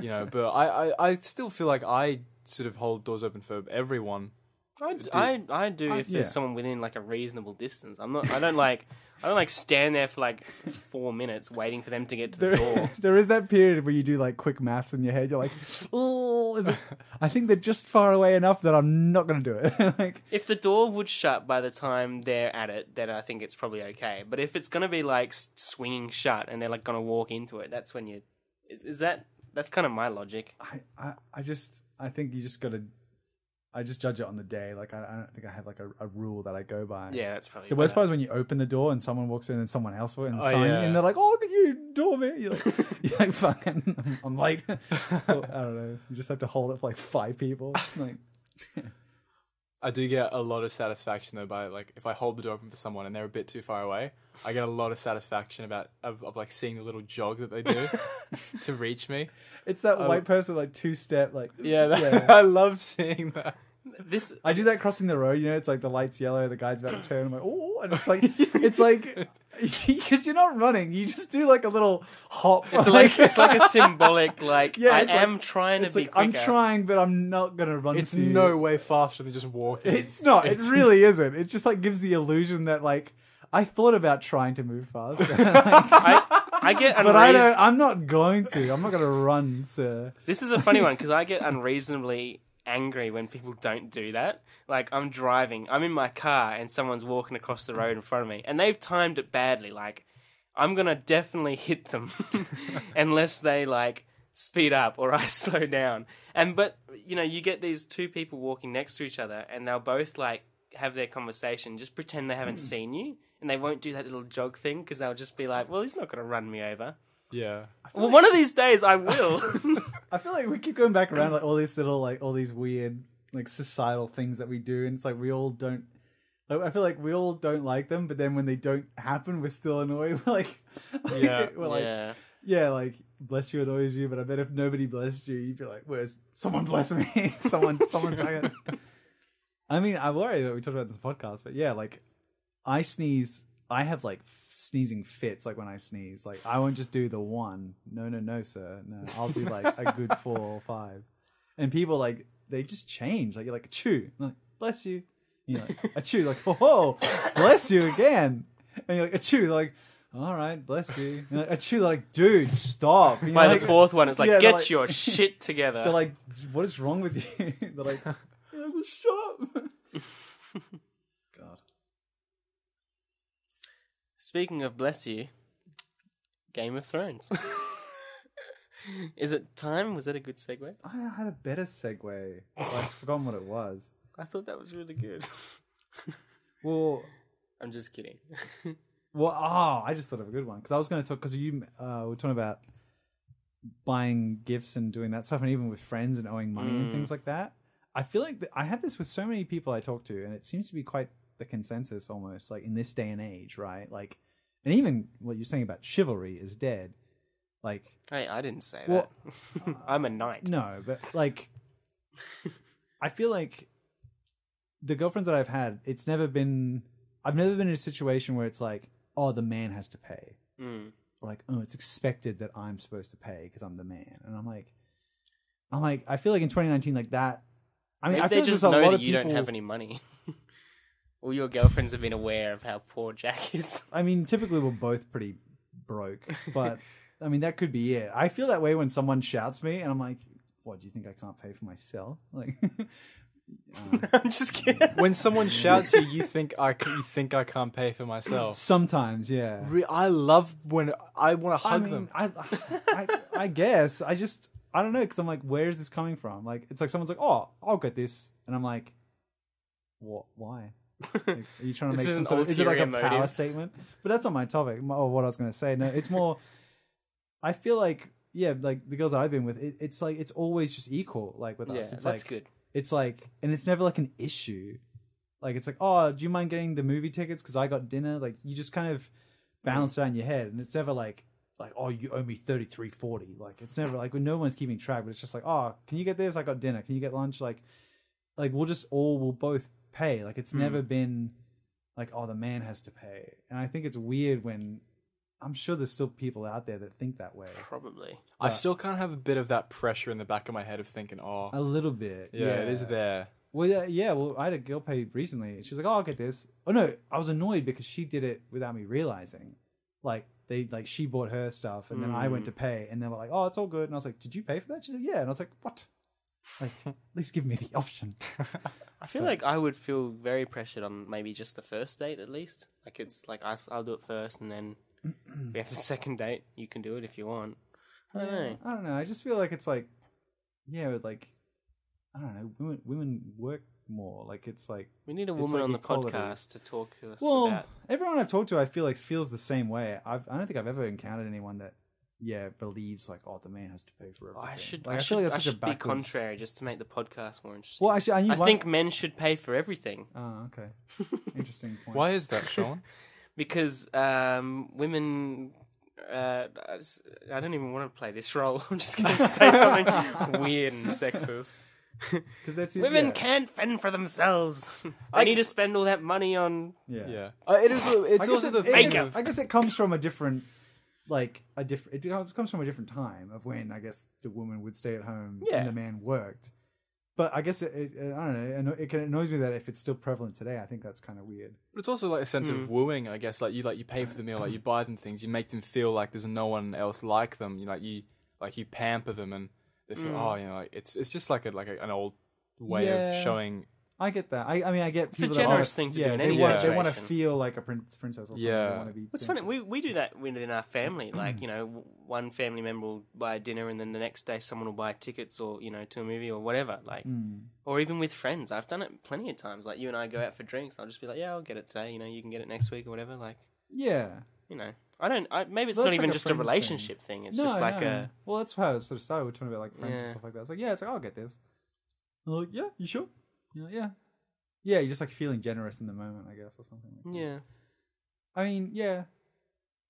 You know, but I, I, I still feel like I sort of hold doors open for everyone.
I, d- I, I do
I-
if there's
yeah.
someone within like a reasonable distance. I'm not. I don't like. I don't like stand there for like four minutes waiting for them to get to the door.
There, [laughs] there is that period where you do like quick maths in your head. You're like, oh,
[laughs]
is it, I think they're just far away enough that I'm not going to do it. [laughs] like,
If the door would shut by the time they're at it, then I think it's probably okay. But if it's gonna be like s- swinging shut and they're like gonna walk into it, that's when you. Is, is that that's kind of my logic?
I, I, I just, I think you just got to, I just judge it on the day. Like, I, I don't think I have like a, a rule that I go by.
Yeah, that's probably
The worst part is when you open the door and someone walks in and someone else walks in and,
Oh,
sign-
yeah.
and they're like, oh, look at you, doorman.
[laughs]
You're like, you're like fucking, [laughs] I'm, I'm late. Or, I don't know. You just have to hold it for like five people. Like,
I do get a lot of satisfaction though by like if I hold the door open for someone and they're a bit too far away, I get a lot of satisfaction about of, of like seeing the little jog that they [laughs] do to reach me.
it's that white person, like two step, like,
Yeah, that,
yeah.
[laughs] I love seeing that.
this.
I do that crossing the road, you know, it's like the light's yellow, the guy's about to turn, I'm like, oh, and
[laughs]
it's like, it's like, [laughs] because you're not running, you just do like a little hop.
It's
[laughs]
like it's like a symbolic like
Yeah,
I
it's like-
am trying to
it's
be
like, I'm
quicker.
trying, but I'm not going to run
It's
to you.
no way faster than just
[laughs]
walking.
It's not, it really isn't. It just like gives the illusion that like, I thought about trying to move faster, [laughs]
I, I get
but I
unreas-
don't, I'm not going to. I'm not going to run, sir.
This is a funny one because I get unreasonably angry when people don't do that. Like I'm driving, I'm in my car, and someone's walking across the road in front of me, and they've timed it badly. Like I'm gonna definitely hit them [laughs] unless they like speed up or I [laughs] slow down. And but you know, you get these two people walking next to each other, and they'll both like have their conversation, just pretend they haven't seen you. And they won't do that little jog thing because they'll just be like, "Well, he's not going to run me over."
yeah.
Well, one of these days I will. [laughs]
I feel like we keep going back around like all these little like all these weird like societal things that we do, and it's like we all don't. Like, I feel like we all don't like them, but then when they don't happen, we're still annoyed. [laughs] We're like, like,
Yeah.
we're like, yeah.
yeah.
like bless you annoys you, but I bet if nobody blessed you, you'd be like, where's someone bless me? [laughs] someone, someone's like, I mean, I worry that we talked about this podcast, but yeah, like I sneeze, I have like f- sneezing fits. Like when I sneeze, like I won't just do the one. No, no, no, sir. No, I'll do like a good four or five. And people like they just change. Like you're like chew, like bless you. You know, like, a chew, like oh, oh, bless you again. And you're like a chew, like all right, bless you. And like, a chew, like dude, stop. And you're
By
like-
the fourth one, it's like,
Yeah, they're
get
like- [laughs]
your shit together.
They're like, what is wrong with you? [laughs] They're like, "Yeah, well, shut up. God.
Speaking of bless you, Game of
[laughs]
Thrones. Is it time? Was that a good segue?
I had a better segue. I've forgotten what it was.
I thought that was really good.
Well,
[laughs] I'm just kidding. [laughs]
Well, oh, I just thought of a good one because I was going to talk because you uh, were talking about buying gifts and doing that stuff, and even with friends and owing money and things like that. I feel like th- I have this with so many people I talk to, and it seems to be quite the consensus almost, like in this day and age, right? Like, and even what you're saying about chivalry is dead. Like,
hey, I didn't say
Well,
that. [laughs] I'm
[laughs]
a knight.
no, but
[laughs]
like, I feel like the girlfriends that I've had, it's never been. I've never been in a situation where it's like, oh, the man has to pay.
Mm.
like, oh, it's expected that I'm supposed to pay because I'm the man. And I'm like, I'm like, I feel like in 2019, like that. I mean,
Maybe
I feel
they
like
just
there's a
know
lot
that
of
you
people.
don't have any money. [laughs] All your girlfriends have been aware of how poor
[laughs]
Jack is.
I mean, typically we're both pretty broke, but I mean that could be it. I feel that way when someone shouts me, and I'm like, "What? Do you think I can't pay for myself?" Like, [laughs] um,
I'm just kidding.
When someone shouts you, you think I c- you think I can't pay for myself.
sometimes, yeah.
Re- I love when I want to
I
hug
mean,
them.
I, I, I guess I just I don't know because I'm like, where is this coming from? Like, it's like someone's like, "Oh, I'll get this," and I'm like, "What? Why?" Like, are you trying to
[laughs] This
make
is
some
an
sort of, is it like a
ulterior
power
motive.
statement? But that's not my topic my- or what I was going to say. No, it's more. I feel like yeah, like the girls I've been with, it, it's like it's always just equal. Like with
Yeah,
us, it's
that's
like
good.
it's like, and it's never like an issue. Like it's like, oh, do you mind getting the movie tickets because I got dinner? Like you just kind of balance it out in your head, and it's never like like oh, you owe me thirty three forty. Like it's never like when no one's keeping track, but it's just like oh, can you get this? I got dinner. Can you get lunch? Like like we'll just all we'll both pay. Like
Hmm.
it's never been like oh, the man has to pay, and I think it's weird when I'm sure there's still people out there that think that way.
Probably.
I still kind of have a bit of that pressure in the back of my head of thinking, oh,
A little bit,
yeah, it is there.
Well, yeah, yeah. Well, I had a girl pay recently, and she was like, "Oh, I'll get this." Oh no, I was annoyed because she did it without me realizing. Like they, like she bought her stuff, and then I
Mm.
went to pay, and they were like, "Oh, it's all good." And I was like, "Did you pay for that?" She said, "Yeah," and I was like, "What?"
[laughs]
Like, at least give me the option.
I feel like I would feel very pressured on maybe just the first date at least. Like it's like I, will do it first, and then if we have a [laughs] second date, you can do it if you want. I don't know.
I don't know. I just feel like it's like, yeah, but like, I don't know. Women, women work more. Like it's like
We need a
It's
woman
like
on the
equality.
podcast to talk to us
Well,
about.
everyone I've talked to, I feel like feels the same way. I've, I don't think I've ever encountered anyone that, yeah, believes like, oh, the man has to pay for everything.
I should.
Like,
I, should, I should be
backwards-
contrary just to make the podcast more interesting.
Well, actually, I, knew
I
one-
think men should pay for everything
Oh,
[laughs]
okay. Interesting point.
Why is that, Sean?
because um, women. Uh, I just- I don't even want to play this role. [laughs] I'm just going to say [laughs] something weird and sexist.
Because that's
Women
yeah,
can't fend for themselves. [laughs] I need to spend all that money on
Yeah.
[laughs] yeah, uh, it is.
I
It's
guess
also
it-
the
it
thing
is-
makeup.
of,
I guess it comes from a different, like a different. It comes- comes from a different time of when I guess the woman would stay at home
Yeah.
and the man worked. But I guess it, it, it- I don't know. It, anno- it can- it annoys me that if it's still prevalent today, I think that's kind of weird.
but it's also like a sense of wooing. I guess like you like you pay for the meal, like you buy them things, you make them feel like there's no one else like them. You like you like you pamper them, and they feel oh, you know, like, it's it's just like a like a, an old way
Yeah.
of showing.
I get that. I, I mean, I get
a
people
generous
that
thing to do
yeah,
in
they
any
want, They want to
situation.
feel like a prin- princess or something. They
Yeah.
wanna be
What's
princess.
funny, we, we do that within our [clears throat] family. Like, you know, w- one family member will buy dinner and then the next day someone will buy tickets or, you know, to a movie or whatever. Like,
mm.
or even with friends. I've done it plenty of times. Like, you and I go out for drinks. I'll just be like, yeah, I'll get it today. You know, you can get it next week or whatever. Like,
Yeah.
you know, I don't, I, maybe it's
Well,
not
that's
even
like a
just a
friends thing.
relationship thing. It's just like a,
well, that's how it sort of started. We're talking about like friends and
Yeah.
stuff like that. It's like yeah, it's like I'll get this. I'm like yeah, you sure? You know, yeah, yeah. You're just like feeling generous in the moment, I guess, or something. Like that.
yeah.
I mean, yeah.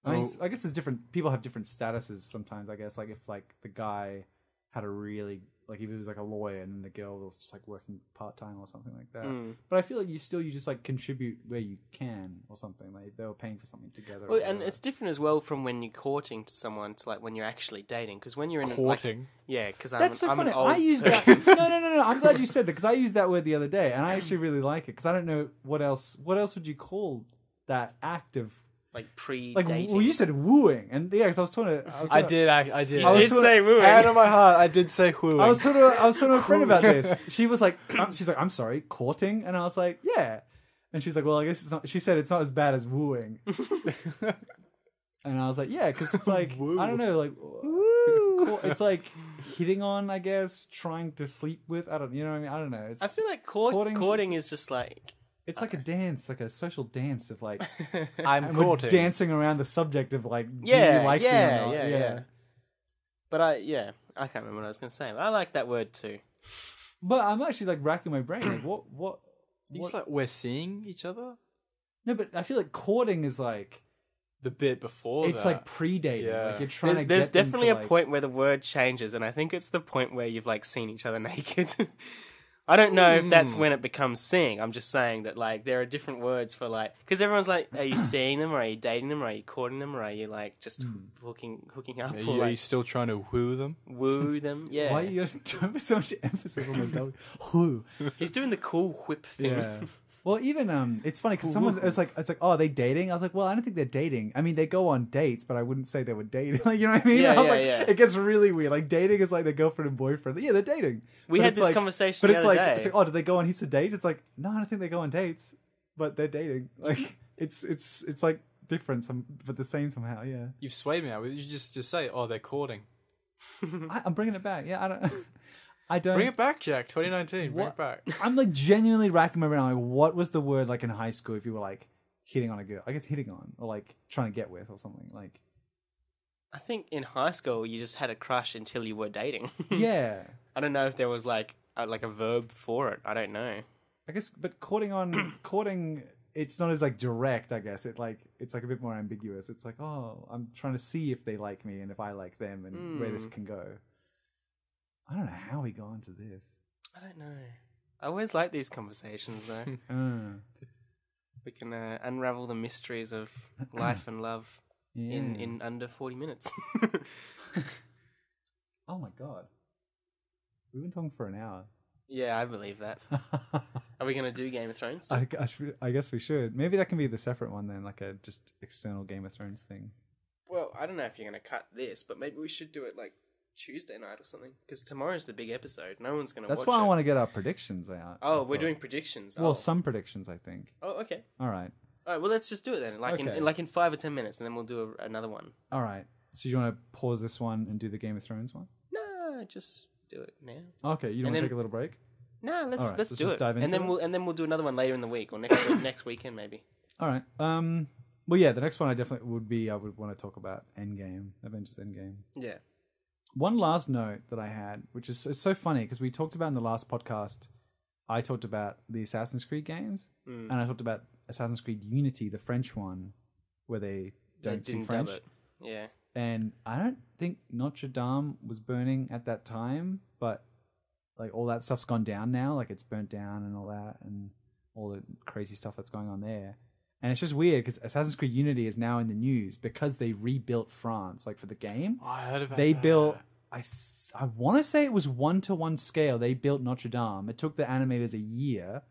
I mean,
Oh.
it's- I guess there's different people have different statuses sometimes. I guess like if like the guy had a really like if he was like a lawyer and then the girl was just like working part time or something like that.
Mm.
But I feel like you still you just like contribute where you can or something. Like if they were paying for something together. or
Well, and
whatever.
it's different as well from when you're courting to someone to like when you're actually dating. Because when you're in like-
Courting?
yeah, because I'm,
That's so
I'm an
funny.
old
I use that. [laughs] no, no, no, no. I'm glad you said that because I used that word the other day, and I actually really like it because I don't know what else. What else would you call that act of
[laughs] like pre
like?
dating.
Well, you said wooing, and yeah, because I was trying to. I, was
I
talking-
did. I, I did.
I was
did
talking-
say wooing.
Hand on my heart, I did say wooing.
I was sort of, I was sort of a friend about this. She was like, um, she's like, I'm sorry, courting, and I was like, yeah, and she's like, well, I guess it's not. She said it's not as bad as
[laughs]
wooing, and I was like, yeah, because it's like
Woo.
I don't know, like cour- it's like hitting on, I guess, trying to sleep with. I don't, you know what I mean? I don't know. It's
I feel like court,
Courting's-
courting is just like
It's like a dance, like a social dance of
[laughs]
like I'm
And
we're
courting.
dancing around the subject of like, do
Yeah,
you like me
yeah,
or not?
yeah, yeah. But I, yeah, I can't remember what I was going to say. But I like that word too.
But I'm actually like racking my brain. Like, what, what,
It's
what?
like we're seeing each other.
no, but I feel like courting is like
The bit before
it's
that.
like predating.
Yeah.
Like you're trying
There's,
to.
there's
get them to,
definitely a
like-
point where the word changes, and I think it's the point where you've like seen each other [laughs] naked. I don't know if
Hmm.
that's when it becomes seeing. I'm just saying that like there are different words for like because everyone's like, are
[coughs]
you seeing them? Or are you dating them? Or are you courting them? Or are you like just
Hmm.
hooking hooking up
Are
or
you, are you
like
still trying to woo them?
woo them? Yeah,
Why are you [laughs] don't put so much emphasis on the dog? Who?
he's doing the cool whip thing.
Yeah. [laughs] Well, even um, it's funny because someone it's like it's like oh are they dating? I was like, well, I don't think they're dating. I mean, they go on dates, but I wouldn't say they were dating. [laughs] Like, you know what I mean?
Yeah,
I was
yeah,
like,
yeah.
It gets really weird. Like dating is like the girlfriend and boyfriend. Yeah, they're dating.
We
But
had
it's
this
like-
conversation
But
the
it's
other
like
day.
it's like oh, do they go on heaps of dates? It's like no, I don't think they go on dates, but they're dating. [laughs] Like it's it's it's like different, some, but the same somehow. Yeah,
You've swayed me now. You just just say, oh, they're courting.
I, I'm bringing it back. Yeah, I don't. [laughs] I don't.
Bring it back, Jack. 2019.
oh,
Bring it
What?
back.
I'm like genuinely racking my brain. Like, what was the word like in high school if you were like hitting on a girl? I guess hitting on or like trying to get with or something. Like,
I think in high school you just had a crush until you were dating. [laughs]
yeah,
I don't know if there was like a, like a verb for it. I don't know.
I guess. But courting on courting, it's not as like direct. I guess it like it's like a bit more ambiguous. It's like, oh, I'm trying to see if they like me and if I like them and where this can go. I don't know how we got into this.
I don't know. I always like these conversations though.
Uh,
we can uh, unravel the mysteries [clears throat] of life and love in,
yeah.
in under 40 minutes. [laughs]
oh my god, we've been talking for an hour. [laughs]
yeah, I believe that. Are we going to do Game of Thrones?
I, I, should, I guess we should. Maybe that can be the separate one then, like a just external Game of Thrones thing.
well, I don't know if you're going to cut this, but maybe we should do it like Tuesday night or something because tomorrow's the big episode. No one's going to watch
That's why
it.
I want to get our predictions out.
Oh,
I
we're
thought.
doing predictions.
well,
oh.
some predictions, I think.
oh, okay.
All right,
All right, well, let's just do it then. Like in,
Okay.
in like in 5 or 10 minutes and then we'll do a, another one.
all right. So you want to pause this one and do the Game of Thrones one?
No, just do it now.
Okay, you
And
want to
then-
take a little break?
No, let's
All right, let's
let's, do
just
it.
dive
and
into
then
it.
we'll and then we'll do another one later in the week or next [coughs] week, next weekend maybe.
All right. Um. Well, yeah, the next one I definitely would be. I would want to talk about Endgame, Avengers Endgame.
Yeah.
One last note that I had, which is it's so funny because we talked about in the last podcast, I talked about the Assassin's Creed games,
Mm.
and I talked about Assassin's Creed Unity, the French one, where they
They
don't speak
didn't
French.
dub it. Yeah.
And I don't think Notre Dame was burning at that time, but like all that stuff's gone down now, like it's burnt down and all that, and all the crazy stuff that's going on there. And it's just weird because Assassin's Creed Unity is now in the news because they rebuilt France, like for the game
Oh, I heard about
they
that.
built i th- i want to say it was one to one scale they built notre dame it took the animators a year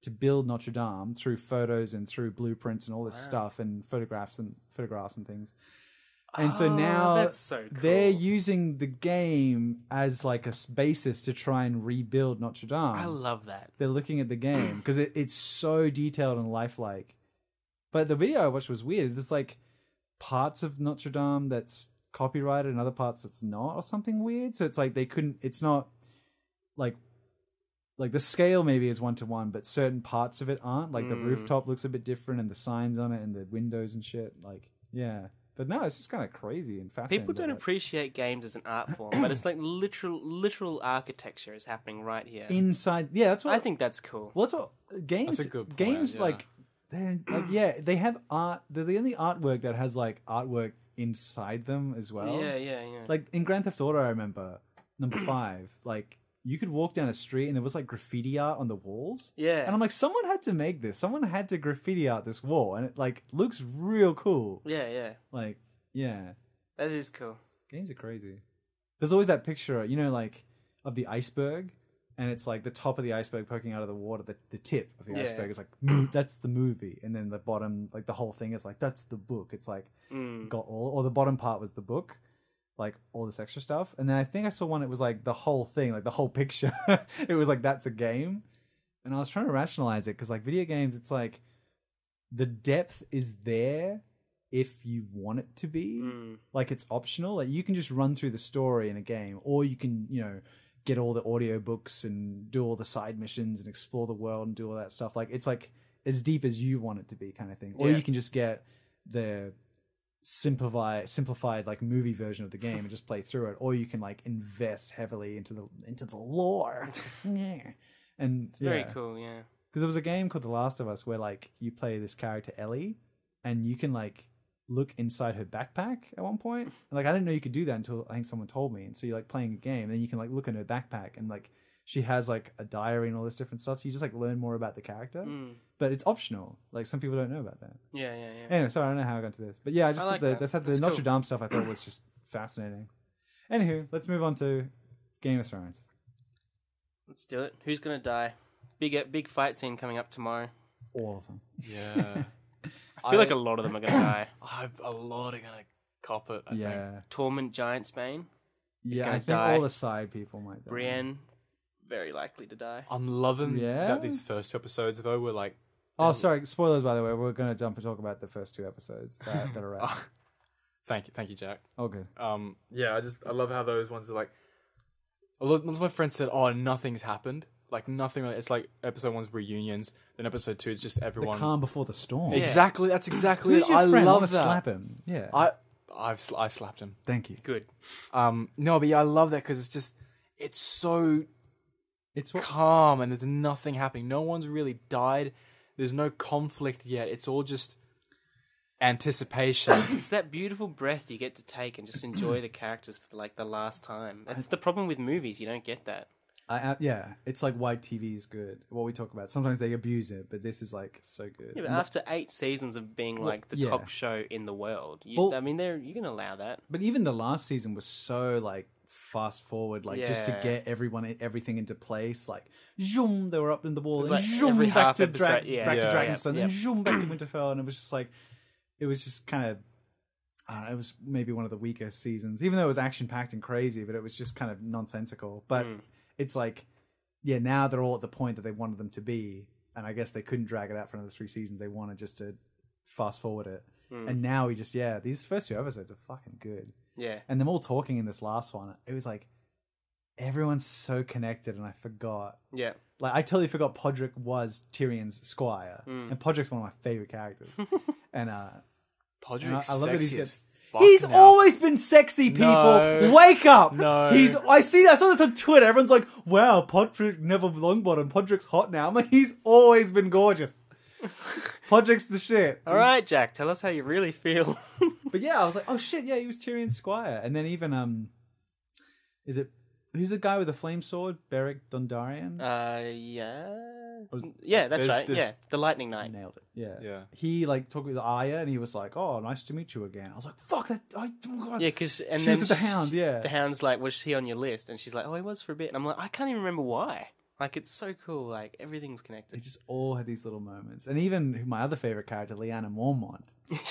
to build notre dame through photos and through blueprints and all this stuff and photographs and photographs and things and so
Oh,
now
that's so
they're
cool.
using the game as like a s- basis to try and rebuild notre dame
I love that.
they're looking at the game because it, it's so detailed and lifelike. But the video I watched was weird. There's like parts of Notre Dame that's copyrighted and other parts that's not, or something weird. So it's like they couldn't. It's not like like the scale maybe is one to one, but certain parts of it aren't. Like the
Mm.
rooftop looks a bit different, and the signs on it, and the windows and shit. Like yeah, but no, it's just kind of crazy and fascinating.
People don't
that, like,
appreciate games as an art form, but it's like literal literal architecture is happening right here.
inside. Yeah, that's what
I think that's cool.
Well, it's all, games.
a good point,
games
yeah.
like they're like yeah, they have art. They're the only artwork that has like artwork inside them as well.
yeah, yeah, yeah.
Like in Grand Theft Auto, I remember
[clears throat]
number five. Like you could walk down a street and there was like graffiti art on the walls.
Yeah.
and I'm like, someone had to make this. Someone had to graffiti art this wall, and it like looks real cool.
yeah, yeah.
Like yeah,
That is cool.
Games are crazy. There's always that picture, you know, like of the iceberg, and it's like the top of the iceberg poking out of the water. The, the tip of the
Yeah.
iceberg is like [clears throat] "Mo- that's the movie, and then the bottom, like the whole thing is like that's the book. It's like
Mm.
got all, or the bottom part was the book, like all this extra stuff. And then I think I saw one. It was like the whole thing, like the whole picture. [laughs] it was like that's a game, and I was trying to rationalize it because like video games, it's like the depth is there if you want it to be
Mm.
like it's optional like you can just run through the story in a game or you can you know get all the audiobooks and do all the side missions and explore the world and do all that stuff like it's like as deep as you want it to be, kind of thing. Or
Yeah.
you can just get the simplified simplified like movie version of the game and just play through it or you can like invest heavily into the into the
[laughs]
lore [laughs] yeah and it's
Very cool, yeah.
because there was a game called The Last of Us where like you play this character Ellie, and you can like look inside her backpack at one point. And, like I didn't know you could do that until I think someone told me. And so you're like playing a game, then you can like look in her backpack, and like she has like a diary and all this different stuff. So you just like learn more about the character,
Mm.
but it's optional. Like some people don't know about that.
Yeah, yeah, yeah.
Anyway, sorry I don't know how I got to this, but yeah, I just
I
thought
like
the,
that.
that's how the
That's
Notre
cool.
Dame stuff I thought was just fascinating. Anywho, let's move on to Game of Thrones.
Let's do it. Who's gonna die? Big big fight scene coming up tomorrow.
All of them.
Yeah.
I feel like a lot of them are gonna die.
I, a lot are gonna cop it. I think.
yeah.
[coughs] Torment Giant Spain,
yeah, I
gonna
think
die.
all the side people might die.
Brienne, very likely to die.
I'm loving
Yeah?
that these first two episodes though were like
Oh, sorry. Spoilers, by the way. We're going to jump and talk about the first two episodes [laughs] that, that are out.
thank you, thank you, Jack.
Oh, good.
Um, yeah, I just I love how those ones are like. A lot. Most of my friends said, "Oh, nothing's happened. Like nothing. It's like episode one's reunions, then episode two is just
The
everyone."
calm before the storm.
Exactly. That's exactly.
Who's
it.
your
I
friend?
love
Wanna
that.
Slap him. Yeah.
I I've sl- I slapped him.
Thank you.
Good.
Um, no, but yeah, I love that because it's just it's so
It's what,
calm and there's nothing happening. No one's really died. There's no conflict yet. It's all just [coughs] anticipation.
It's that beautiful breath you get to take and just enjoy the characters for like the last time. That's the problem with movies. You don't get that.
I, I, yeah. It's like why TV is good. What we talk about. Sometimes they abuse it, but this is like so good.
Yeah, but after eight seasons of being like the
yeah.
top show in the world, you,
Well-
I mean, there you can allow that.
But even the last season was so like fast forward, like just to
Yeah.
get everyone everything into place. Like zoom, they were up in the wall, and
like
zoom
every
back
half
to
episode-
Drag-
yeah.
back to
Yeah.
Dragonstone,
Yeah.
then zoom back to Winterfell, and it was just like it was just kind of. I don't know, it was maybe one of the weaker seasons, even though it was action packed and crazy, but it was just kind of nonsensical. But
Mm.
it's like, yeah, now they're all at the point that they wanted them to be, and I guess they couldn't drag it out for another three seasons. They wanted just to fast forward it,
Mm.
and now we just yeah, these first two episodes are fucking good
Yeah,
and them all talking in this last one, it was like everyone's so connected, and I forgot.
yeah.
Like I totally forgot Podrick was Tyrion's squire, and Podrick's one of my favorite characters. and uh,
Podrick's
and I, I love that he's
sexy
got-
as fuck
He's
now.
always been sexy, people.
No.
Wake up!
No.
he's. I see. I saw this on Twitter. Everyone's like, "Wow, Podrick never Longbottom. Podrick's hot now." I'm like, he's always been
[laughs]
gorgeous. Podrick's the shit.
All right, Jack, tell us how you really feel.
But yeah, I was like, oh shit, yeah, he was Tyrion's squire. And then even um, is it who's the guy with the flame sword? Beric Dondarrion.
[laughs] uh, yeah,
Was-
yeah, that's
There's-
right.
there's-
Yeah, the Lightning Knight.
Nailed it. Yeah,
Yeah.
He like talked with Arya, and he was like, "Oh, nice to meet you again." I was like, "Fuck that!" I, oh, God.
[laughs] Yeah, because and
She
then
was with the Hound, yeah.
the hound's like, "Was he on your list?" And she's like, "Oh, he was for a bit." And I'm like, "I can't even remember why." Like, it's so cool. Like everything's
They
connected.
just all had these little moments, and even my other favorite character, Lyanna Mormont,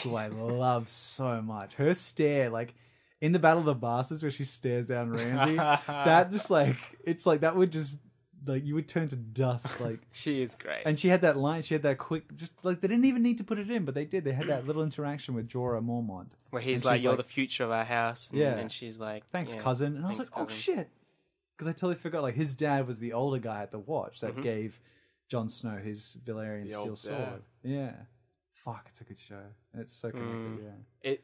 who I love so much. Her stare, like in the Battle of the Bastards, where she stares down Ramsey, that just like it's like that would just like you would turn to dust, like.
She is great.
And she had that line. She had that quick, just like they didn't even need to put it in, but they did. They had that little interaction with Jorah Mormont.
Where he's
and
like,
she's
"You're
like-
the future of our house." And,
Yeah.
and she's like,
Thanks,
yeah,
cousin. And I was
thanks,
like, oh
cousin."
shit, because I totally forgot. Like his dad was the older guy at the watch that gave Jon Snow his Valerian
Mm-hmm. The
steel
old
sword.
dad.
Yeah, fuck, it's a good show. And It's so connected.
Mm.
Yeah,
It.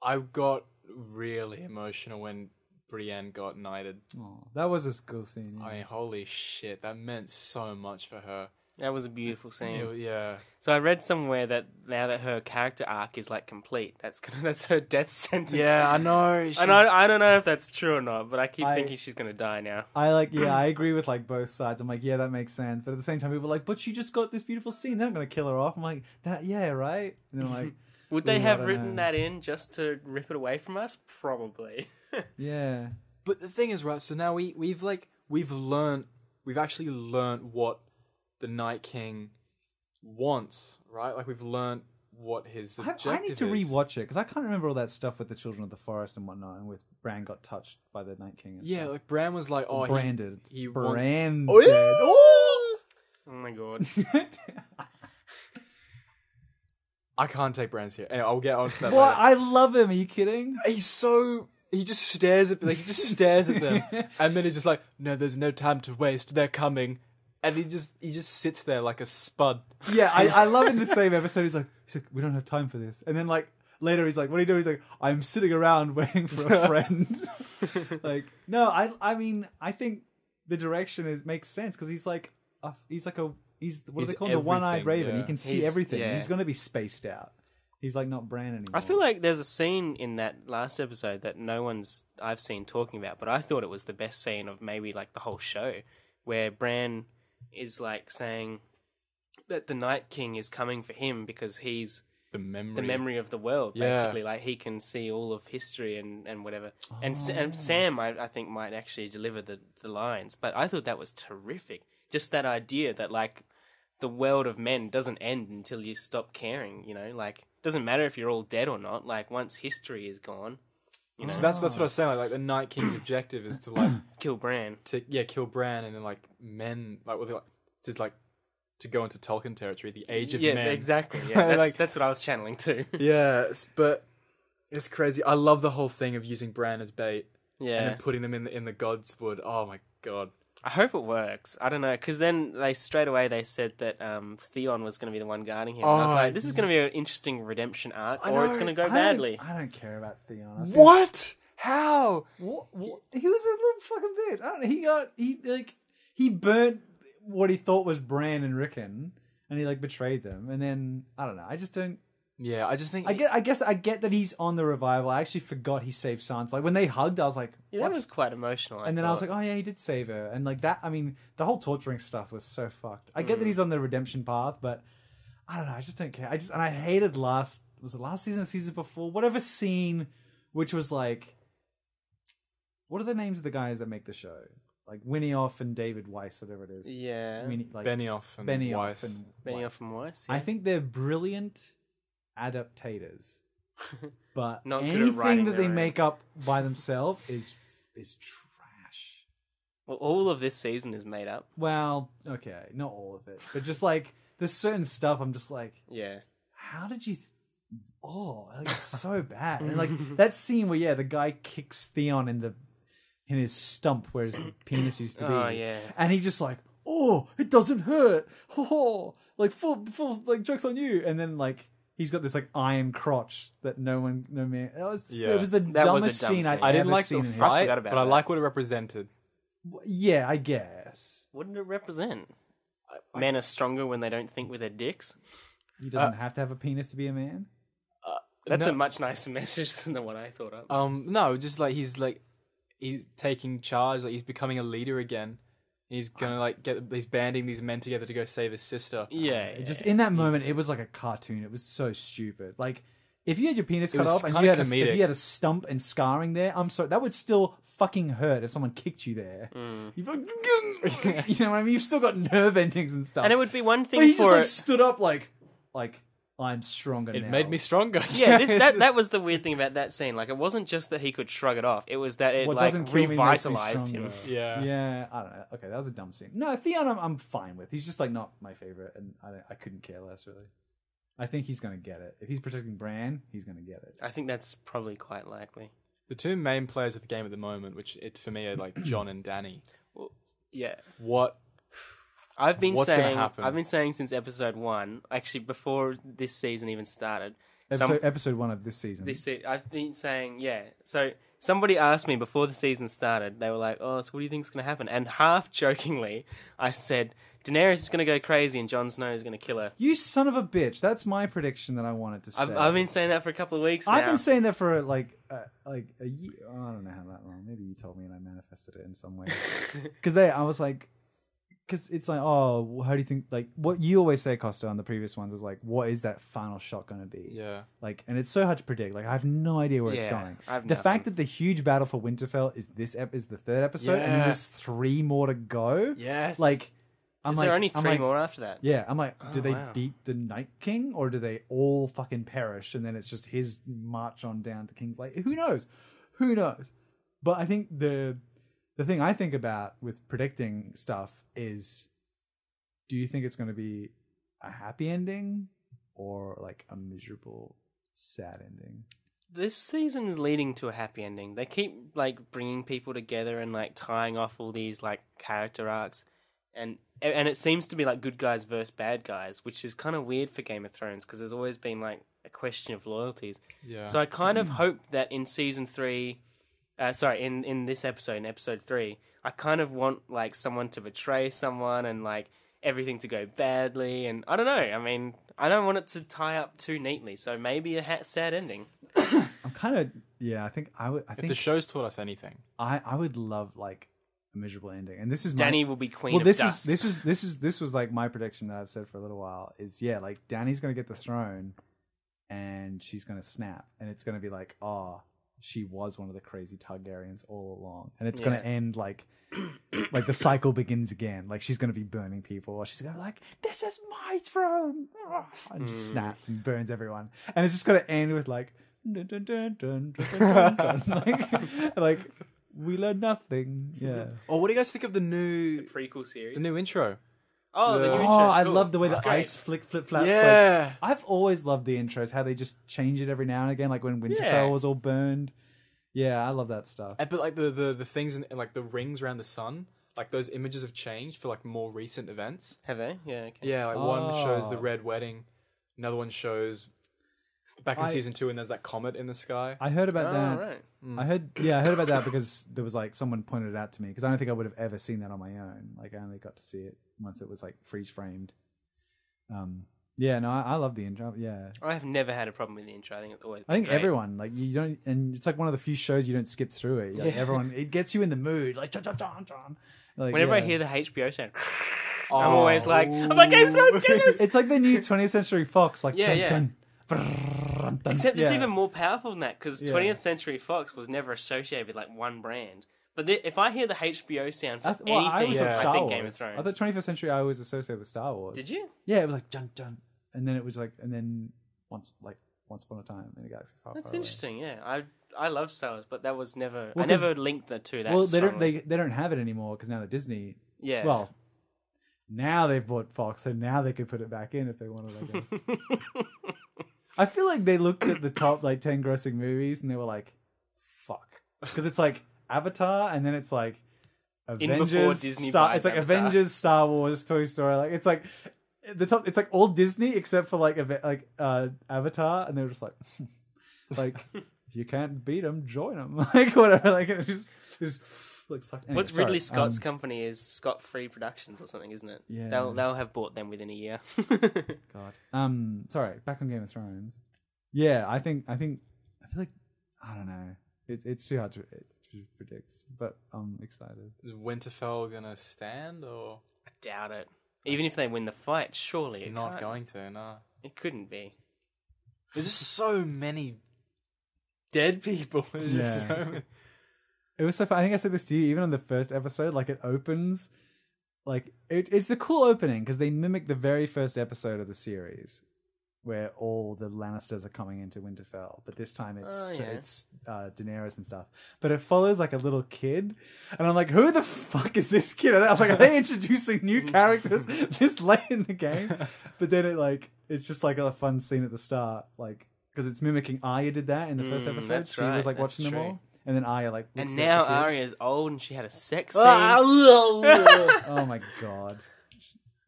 I, I got really emotional when Brienne got knighted.
Aw, that was a cool scene. yeah.
I mean, holy shit, that meant so much for her.
That was a beautiful
Mm.
scene.
It- yeah.
So I read somewhere that now that her character arc is like complete, that's gonna [laughs] that's her death sentence.
Yeah, I know.
And I, I don't know if that's true or not, but I keep
I-
thinking she's gonna die now.
I like,
[clears throat]
yeah, I agree with like both sides. I'm like, yeah, that makes sense. But at the same time, people are like, but she just got this beautiful scene. They're not gonna kill her off. I'm like, that, yeah, right. And then
[laughs]
like,
Would they
Ooh, I
have
don't
written
know.
that in just to rip it away from us? Probably. [laughs] Oh
yeah,
But the thing is, right? So now we we've like we've learned we've actually learned what the Night King wants, right? Like we've learned what his
I,
objective
I need to
is.
rewatch it because I can't remember all that stuff with the Children of the Forest and whatnot, and with Bran got touched by the Night King. And
Yeah,
stuff.
like Bran was like, oh, he-
branded.
He, wants-
branded.
[laughs] Oh, yeah!
oh my god.
[laughs]
I can't take Bran's here. Anyway, I'll get onto that.
What?
later.
I love him. Are you kidding?
He's so. He just
[laughs]
stares at like he just stares at them, and then he's just like, "No, there's no time to waste. They're coming." and he just he just sits there like a spud.
Yeah, I, I love in the same episode. He's like, he's like, we don't have time for this. And then like later, he's like, what are you doing? He's like, I'm sitting around [laughs] waiting for a friend.
[laughs]
like, no, I I mean, I think the direction is makes sense because he's like, a, he's like a he's what
He's
do they call him? the one eyed
everything,
raven? He
yeah.
can see
He's-
everything.
yeah.
He's gonna be spaced out. He's like not Bran anymore.
I feel like there's a scene in that last episode that no one's I've seen talking about, but I thought it was the best scene of maybe like the whole show, where Bran is like saying that the Night King is coming for him because he's
The memory.
the memory of the world,
Yeah.
basically. Like he can see all of history and, and whatever. And, Sa-
Oh.
and Sam, I, I think, might actually deliver the, the lines. But I thought that was terrific. Just that idea that like the world of men doesn't end until you stop caring. You know, like doesn't matter if you're all dead or not. Like once history is gone, you know,
So that's that's what I was saying. Like, like the Night King's objective is to like
kill Bran.
to yeah kill Bran and then like men like what they like it's just, like to go into Tolkien territory, the Age of
Yeah,
Men. [laughs]
exactly. Yeah, that's,
Like-
that's what I was channeling
[laughs]
too.
Yes, but it's crazy. I love the whole thing of using Bran as bait and
yeah,
then putting them in the in the God's Wood. Oh my god.
I hope it works. I don't know because then they straight away they said that um, Theon was going to be the one guarding him. and I was
Oh,
like, this is going to be an interesting redemption arc,
I
or it's
know.
going to go
I don't-
badly.
I don't, care about Theon. I've seen-
What? How?
What, what? He was a little fucking bitch. I don't. He got he like he burnt what he thought was Bran and Rickon, and he like betrayed them. And then I don't know. I just don't.
Yeah, I just think
I get. I guess I get that he's on the revival. I actually forgot he saved Sansa. Like when they hugged, I was like,
Yeah,
what?
that was quite emotional. I
and then I was
thought.
like, oh yeah, he did save her. And like that. I mean, the whole torturing stuff was so fucked. I get
Mm.
that he's on the redemption path, but I don't know. I just don't care. I just and I hated last was it last season, or season before, whatever scene, which was like, what are the names of the guys that make the show? Like Winnieoff and David Weiss, whatever it is.
yeah,
I mean, like
Benioff and
Benioff
Weiss.
and
Benioff
Weiss.
from Weiss. Yeah.
I think they're brilliant
[laughs]
adaptators, but
Not good at
anything
writing
that they
their own.
make up by themselves is is trash.
well, all of this season is made up.
Well, okay, not all of it, but just like there's certain stuff I'm just like,
Yeah,
how did you? Th- oh, like, it's so bad. And
[laughs]
like that scene where yeah, the guy kicks Theon in the in his stump where
[clears throat]
his penis used to be.
Oh, yeah.
and he just like, oh, it doesn't hurt. [laughs] Oh, like full full like jokes on you. And then like he's got this like iron crotch that no one no man. That was
Yeah.
it was the
That was a
dumbest
dumb
scene I'd I
scene.
I
have
didn't
ever
like
seen.
the
in history.
fight,
forgot
but
about
I
that.
like what it represented.
Yeah, I guess.
what did it represent? Men are stronger when they don't think with their dicks.
He
Uh,
doesn't have to have a penis to be a man.
That's
No.
a much nicer [laughs] message than the one I thought
Uh,
of.
Um, no, just like he's like he's taking charge, like he's becoming a leader again. He's gonna like get he's banding these men together to go save his sister.
yeah,
It
yeah.
just in that moment, it was like a cartoon. It was so stupid. Like if you had your penis cut
was
off and
kinda
you had a,
comedic.
if you had a stump and scarring there, I'm sorry, that would still fucking hurt if someone kicked you there.
Mm.
You'd be like, [laughs] you know what I mean? You've still got nerve endings and stuff.
and it would be one
but
thing
he just
for
like
it-
stood up like like I'm stronger.
It made me [laughs] stronger.
Yeah,
[laughs]
this, that that was the weird thing about that scene. Like, it wasn't just that he could shrug it off; it was that it
What
like
doesn't kill me makes me
revitalized him.
stronger.
yeah.
Yeah, I don't know. Okay, that was a dumb scene. No, Theon, I'm, I'm fine with. He's just like not my favorite, and I don't, I couldn't care less really. I think he's gonna get it. If he's protecting Bran, he's gonna get it.
I think that's probably quite likely.
The two main players of the game at the moment, which it for me are [clears throat] like John and Danny.
Yeah,
What
I've been
What's gonna
saying,
happen?
I've been saying since episode one, actually before this season even started.
Episode, episode one of this season.
this se- I've been saying, yeah. So somebody asked me before the season started. They were like, "Oh, so what do you think's going to happen?" And half jokingly, I said, "Daenerys is going to go crazy, and Jon Snow is going to kill her."
You son of a bitch! That's my prediction that I wanted to say.
I've, I've been saying that for a couple of weeks.
I've
now.
been saying that for like uh, like a year. I don't know how that long. Maybe you told me and I manifested it in some
[laughs]
way. Because they, I was like, because it's like, oh, how do you think? Like what you always say, Costa, on the previous ones is like, what is that final shot going to be?
yeah.
Like, and it's so hard to predict. Like, I have no idea where it's
Yeah,
going.
I have
the fact
nothing.
that the huge battle for Winterfell is this ep- is the third episode, and then
Yeah.
there's three more to go.
Yes.
Like, I'm
Is
like,
there only
I'm
three
like,
more after that?
Yeah, I'm like, do
Oh,
they
wow.
beat the Night King or do they all fucking perish? And then it's just his march on down to King's Lake. Who knows? Who knows? But I think the the thing I think about with predicting stuff is, do you think it's going to be a happy ending or like a miserable, sad ending?
this season's leading to a happy ending. They keep like bringing people together and like tying off all these like character arcs, and and it seems to be like good guys versus bad guys, which is kind of weird for Game of Thrones because there's always been like a question of loyalties.
Yeah.
So I kind
Mm.
of hope that in season three, uh, sorry, in in this episode, in episode three, I kind of want like someone to betray someone and like everything to go badly, and I don't know. I mean, I don't want it to tie up too neatly, so maybe a ha- sad ending.
I'm kind of yeah. I think I would. I
if
think
the show's taught us anything,
I I would love like a miserable ending. And this is my,
Danny will be queen
Well,
of
this
dust.
is this is this is this was like my prediction that I've said for a little while. Is yeah, like Danny's gonna get the throne, and she's gonna snap, and it's gonna be like, ah, she was one of the crazy Targaryens all along, and it's gonna
Yeah.
end like. like the cycle begins again. Like she's gonna be burning people, or she's gonna be like, "This is my throne," Ah, and
Mm.
just snaps and burns everyone. And it's just gonna end with like, dun, dun, dun, dun, dun, dun, dun, [laughs] dun. like, like we learn nothing. Yeah.
Oh, what do you guys think of the
[laughs]
new
prequel series.
the new intro?
oh, the
Yeah.
new
Oh,
intro's
I
cool.
love the way
That's
the
great.
ice flick flip flaps. Like,
Yeah.
I've always loved the intros, how they just change it every now and again, like when Winterfell
Yeah.
was all burned. Yeah, I love that stuff.
And, eh, but like the the, the things and like the rings around the sun, like those images have changed for like more recent events.
Have they? Yeah. Okay.
Yeah, like one shows the
Oh.
red wedding, another one shows back in
I-
season two, and there's that comet in the sky.
I heard about
Oh,
that.
right.
I heard, yeah, I heard about that because there was like someone pointed it out to me because I don't think I would have ever seen that on my own. Like I only got to see it once it was like freeze framed. Um, yeah, no, I, I love the intro. Yeah,
I have never had a problem with the intro. I think it's always.
I think
great.
everyone like you don't, and it's like one of the few shows you don't skip through it. Like,
Yeah.
Everyone, it gets you in the mood. Like, dun, dun, dun, dun. Like,
Whenever I
yeah.
hear the HBO sound, [laughs] I'm
Oh.
Oh.
always like, I'm like Game of Thrones, Game of Thrones.
it's like the new 20th Century Fox, like
Yeah,
dun,
yeah.
Dun, brrrr, dun,
Except it's
yeah.
even more powerful than that because
Yeah.
20th Century Fox was never associated with like one brand. But the, if I hear the HBO sounds
I
of
th- well, I
anything,
was
I,
on
Yeah.
Star
think
Wars.
Game of Thrones.
I thought 21st Century I always associated with Star Wars.
Did you?
Yeah, it was like dun dun, and then it was like, and then once like once upon a time in a galaxy far,
That's
far away.
interesting. Yeah, I I love Star Wars, but that was never.
Well,
I
'cause-
never linked the two that.
Well, they don't
strongly.
they they don't have it anymore because now that Disney,
yeah. [laughs]
well, now they've bought Fox, so now they could put it back in if they wanted. I guess. I feel like they looked at the top like ten grossing movies and they were like, "Fuck," because it's like Avatar, and then it's like
before
Avengers,
Disney
Star.
buys
It's like
Avatar.
Avengers, Star Wars, Toy Story. Like it's like the top. It's like all Disney except for like Ava- like uh, Avatar, and they were just like, [laughs] like if you can't beat them, join them, [laughs] like whatever. Like it just just like sucked. Anyway,
What's
sorry.
Ridley
Um,
Scott's company is Scott Free Productions or something, isn't it?
Yeah.
They'll they'll have bought them within a year. [laughs]
God. Um, sorry, back on Game of Thrones. Yeah, I think I think I feel like I don't know. It, it's too hard to, to predict, but I'm excited.
Is Winterfell gonna stand or
I doubt it. Even if they win the fight, surely
it's
it
not
can't.
going to? No.
It couldn't be.
There's just so many dead people. There's just
Yeah.
so many.
It was so fun. I think I said this to you even on the first episode. Like it opens, like it, it's a cool opening because they mimic the very first episode of the series, where all the Lannisters are coming into Winterfell. But this time it's
Oh, yeah.
it's uh, Daenerys and stuff. But it follows like a little kid, and I'm like, who the fuck is this kid? And I was like, are they introducing new
[laughs]
characters this late in the game? But then it like it's just like a fun scene at the start, like because it's mimicking Arya did that in the first
Mm,
episode.
that's
she
right,
was like
that's
watching
true.
them all. And then Arya like looks
And
at
now
the kid.
Arya's old and she had a sex scene.
no,
oh my god,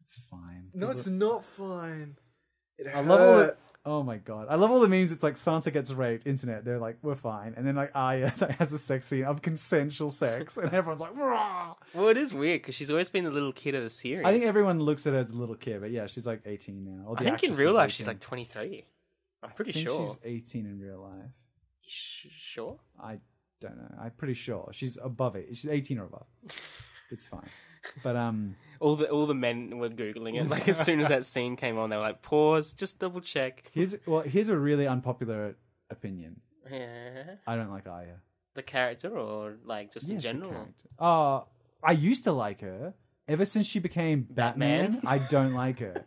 it's fine.
not fine.
I love all. The, oh my god, I love all the memes. It's like Sansa gets raped, internet. They're like, we're fine, and then like [laughs] Arya like, has a sex scene of consensual sex, and everyone's like, Rah!
well, it is weird because she's always been the little kid of the series.
I think everyone looks at her as a little kid, but yeah, she's like eighteen now. Or
I
the
think in
actress
real
is
life she's
18.
like 23. I'm pretty
I think
sure.
she's eighteen in real life.
Sh- Sure.
I don't know. I'm pretty sure she's above it. She's eighteen or above. It's fine, but um,
All the all the men were googling it. Like as soon as that scene came on, they were like, "Pause, just double check."
here's well, here's a really unpopular opinion.
Yeah.
I don't like Arya.
The character, or like just in
Yes, the
general.
character. Uh, I used to like her. Ever since she became Batman,
Batman?
I don't like her.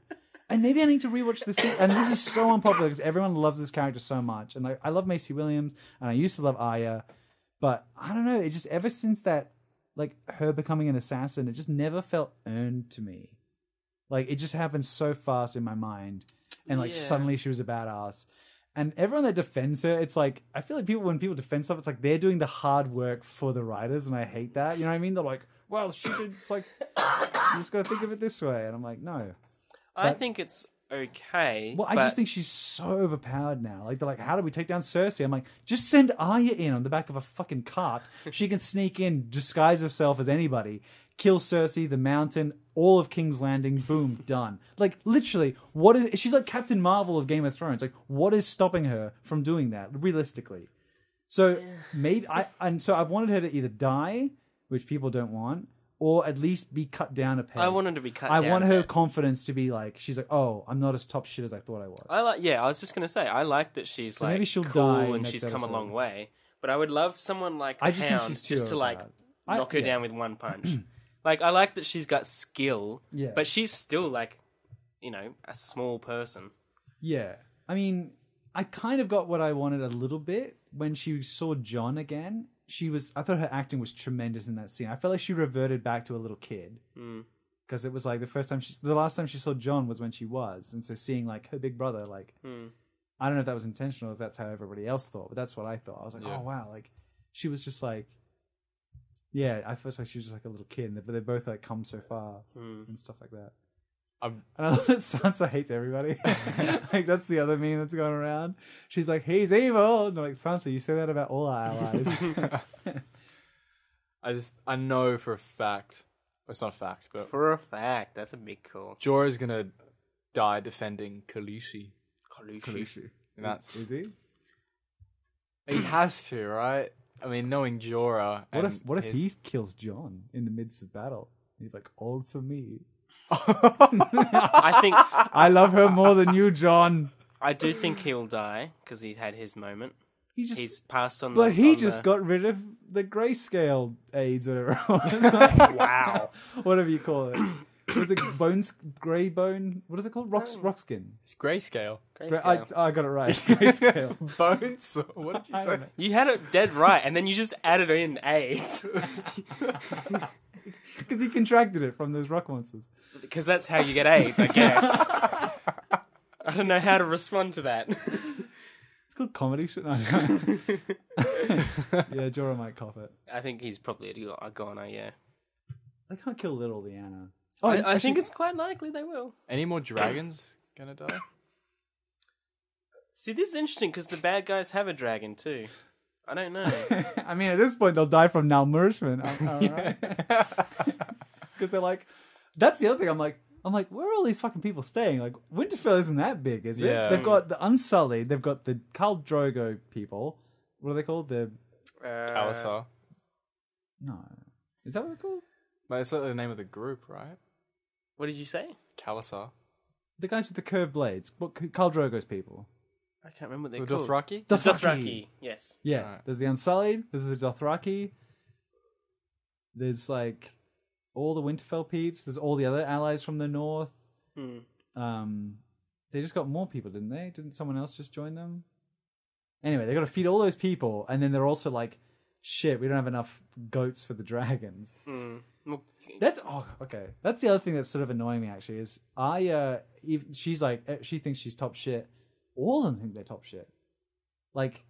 And maybe I need to rewatch this. se- And this is so unpopular because everyone loves this character so much. And like, I love Macy Williams, and I used to love Aya, but I don't know. It just ever since that, like her becoming an assassin, it just never felt earned to me. Like it just happened so fast in my mind, and like
Yeah.
suddenly she was a badass. and everyone that defends her, it's like I feel like people when people defend stuff, it's like they're doing the hard work for the writers, and I hate that. You know what I mean? They're like, well, she did. It's like you just got to think of it this way, and I'm like, no.
I
But-
think it's okay.
Well, I
but-
just think she's so overpowered now. Like they're like, how do we take down Cersei? I'm like, just send Arya in on the back of a fucking cart. She can sneak in, disguise herself as anybody, kill Cersei, the Mountain, all of King's Landing. Boom, done. Like literally, what is? She's like Captain Marvel of Game of Thrones. Like, what is stopping her from doing that? Realistically, so maybe I and so I've wanted her to either die, which people don't want, or at least be cut down a peg.
I wanted to be cut.
I
down
want
a
her
bit.
confidence to be like she's like, oh, I'm not as top shit as I thought I was.
I like. Yeah, I was just gonna say. I like that she's like
maybe she'll
cool
die
and
next
she's come a
episode.
long way. But I would love someone like
I just think
Hound
she's too
just to like
overpowered. I-
knock her
yeah.
down
[clears throat]
with one punch. like I like that she's got skill.
Yeah.
But she's still like, you know, a small person.
yeah, I mean, I kind of got what I wanted a little bit when she saw John again. She was, I thought her acting was tremendous in that scene. I felt like she reverted back to a little kid because it was like the first time she, the last time she saw John was when she was, and so seeing like her big brother, like, I don't know if that was intentional, if that's how everybody else thought, but that's what I thought. I was like,
Yeah.
oh wow, like she was just like. Yeah, I felt like she was just like a little kid, but they both like come so far and stuff like that.
I'm,
And I [laughs] love that Sansa hates everybody. [laughs] like that's the other meme that's going around. She's like, "He's evil," and they're like, "Sansa, you say that about all our
[laughs]
allies."
I just I know for a fact. It's not a fact, but
For a fact, that's a big call.
Jorah's gonna die defending Khaleesi.
Khaleesi.
And that's
Is he?
he has to, right? I mean, knowing Jorah.
What if
and
What if
his-
he kills John in the midst of battle? He's like, "Old for
[laughs]
me." [laughs]
I think
I love her more than you, John.
I do think he'll die because he had his moment.
He just,
He's passed on.
but
the,
he
on
just
the-
got rid of the grayscale AIDS, whatever. It
[laughs]
was. wow. [laughs] Whatever you call it. Was it bones, gray bone? What is it called? Rocks, rock skin.
It's grayscale.
Gra- I,
Grayscale.
I got it
[laughs]
right. Grayscale.
[laughs] Bones?
[laughs]
What did you say?
You had it dead right, and then you just added in AIDS [laughs]
[laughs]
Because he contracted it from those rock monsters.
because that's how you get AIDS, I guess. I don't know how to respond to that. [laughs]
It's called comedy shit. No, no. [laughs] yeah, Jorah might cop it.
I think he's probably a, a goner. Yeah,
They can't kill little Lyanna.
I, I
Oh,
think it's quite likely they will.
Any more dragons gonna die?
See, this is interesting because the bad guys have a dragon too. I don't know.
[laughs]
[laughs]
I mean, at this point, they'll die from malnourishment. [laughs] Because they're like, that's the other thing. I'm like, I'm like, where are all these fucking people staying? Like, Winterfell isn't that big, is it?
Yeah.
They've got the Unsullied. They've got the Khal Drogo people. What are they called? The
Uh,
Alisar.
no, is that what they're called?
But it's not the name of the group, right?
what did you say?
Kalasar.
The guys with the curved blades. What Khal Drogo's people?
I can't remember what they're
The
called.
Dothraki?
The Dothraki. Yes.
Yeah.
Alright.
There's the Unsullied. There's the Dothraki. There's like all the Winterfell peeps. There's all the other allies from the north.
Hmm.
Um, they just got more people, didn't they? Didn't someone else just join them? Anyway, they got to feed all those people, and then they're also like, "Shit, we don't have enough goats for the dragons."
Mm. Well,
That's oh, okay. That's the other thing that's sort of annoying me actually is Arya. ev she's like eh, she thinks she's top shit. All of them think they're top shit. Like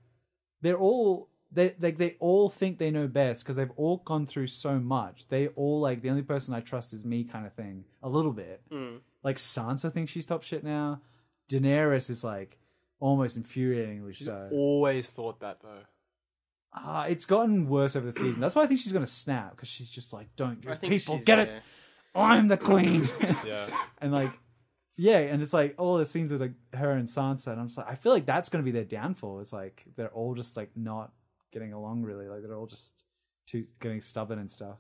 they're all they like they all think they know best because they've all gone through so much. They all like the only person I trust is me kind of thing. A little bit.
Mm.
Like Sansa thinks she's top shit now. Daenerys is like almost infuriatingly
She's
so.
always thought that though.
Ah, it's gotten worse over the season. That's why I think she's gonna snap because she's just like, "Don't you
I think
people
she's,
get it?
yeah.
I'm the
[laughs]
queen."
Yeah.
and like yeah and it's like all the scenes of like her and sansa and i'm just like i feel like that's going to be their downfall is like they're all just like not getting along really like they're all just too getting stubborn and stuff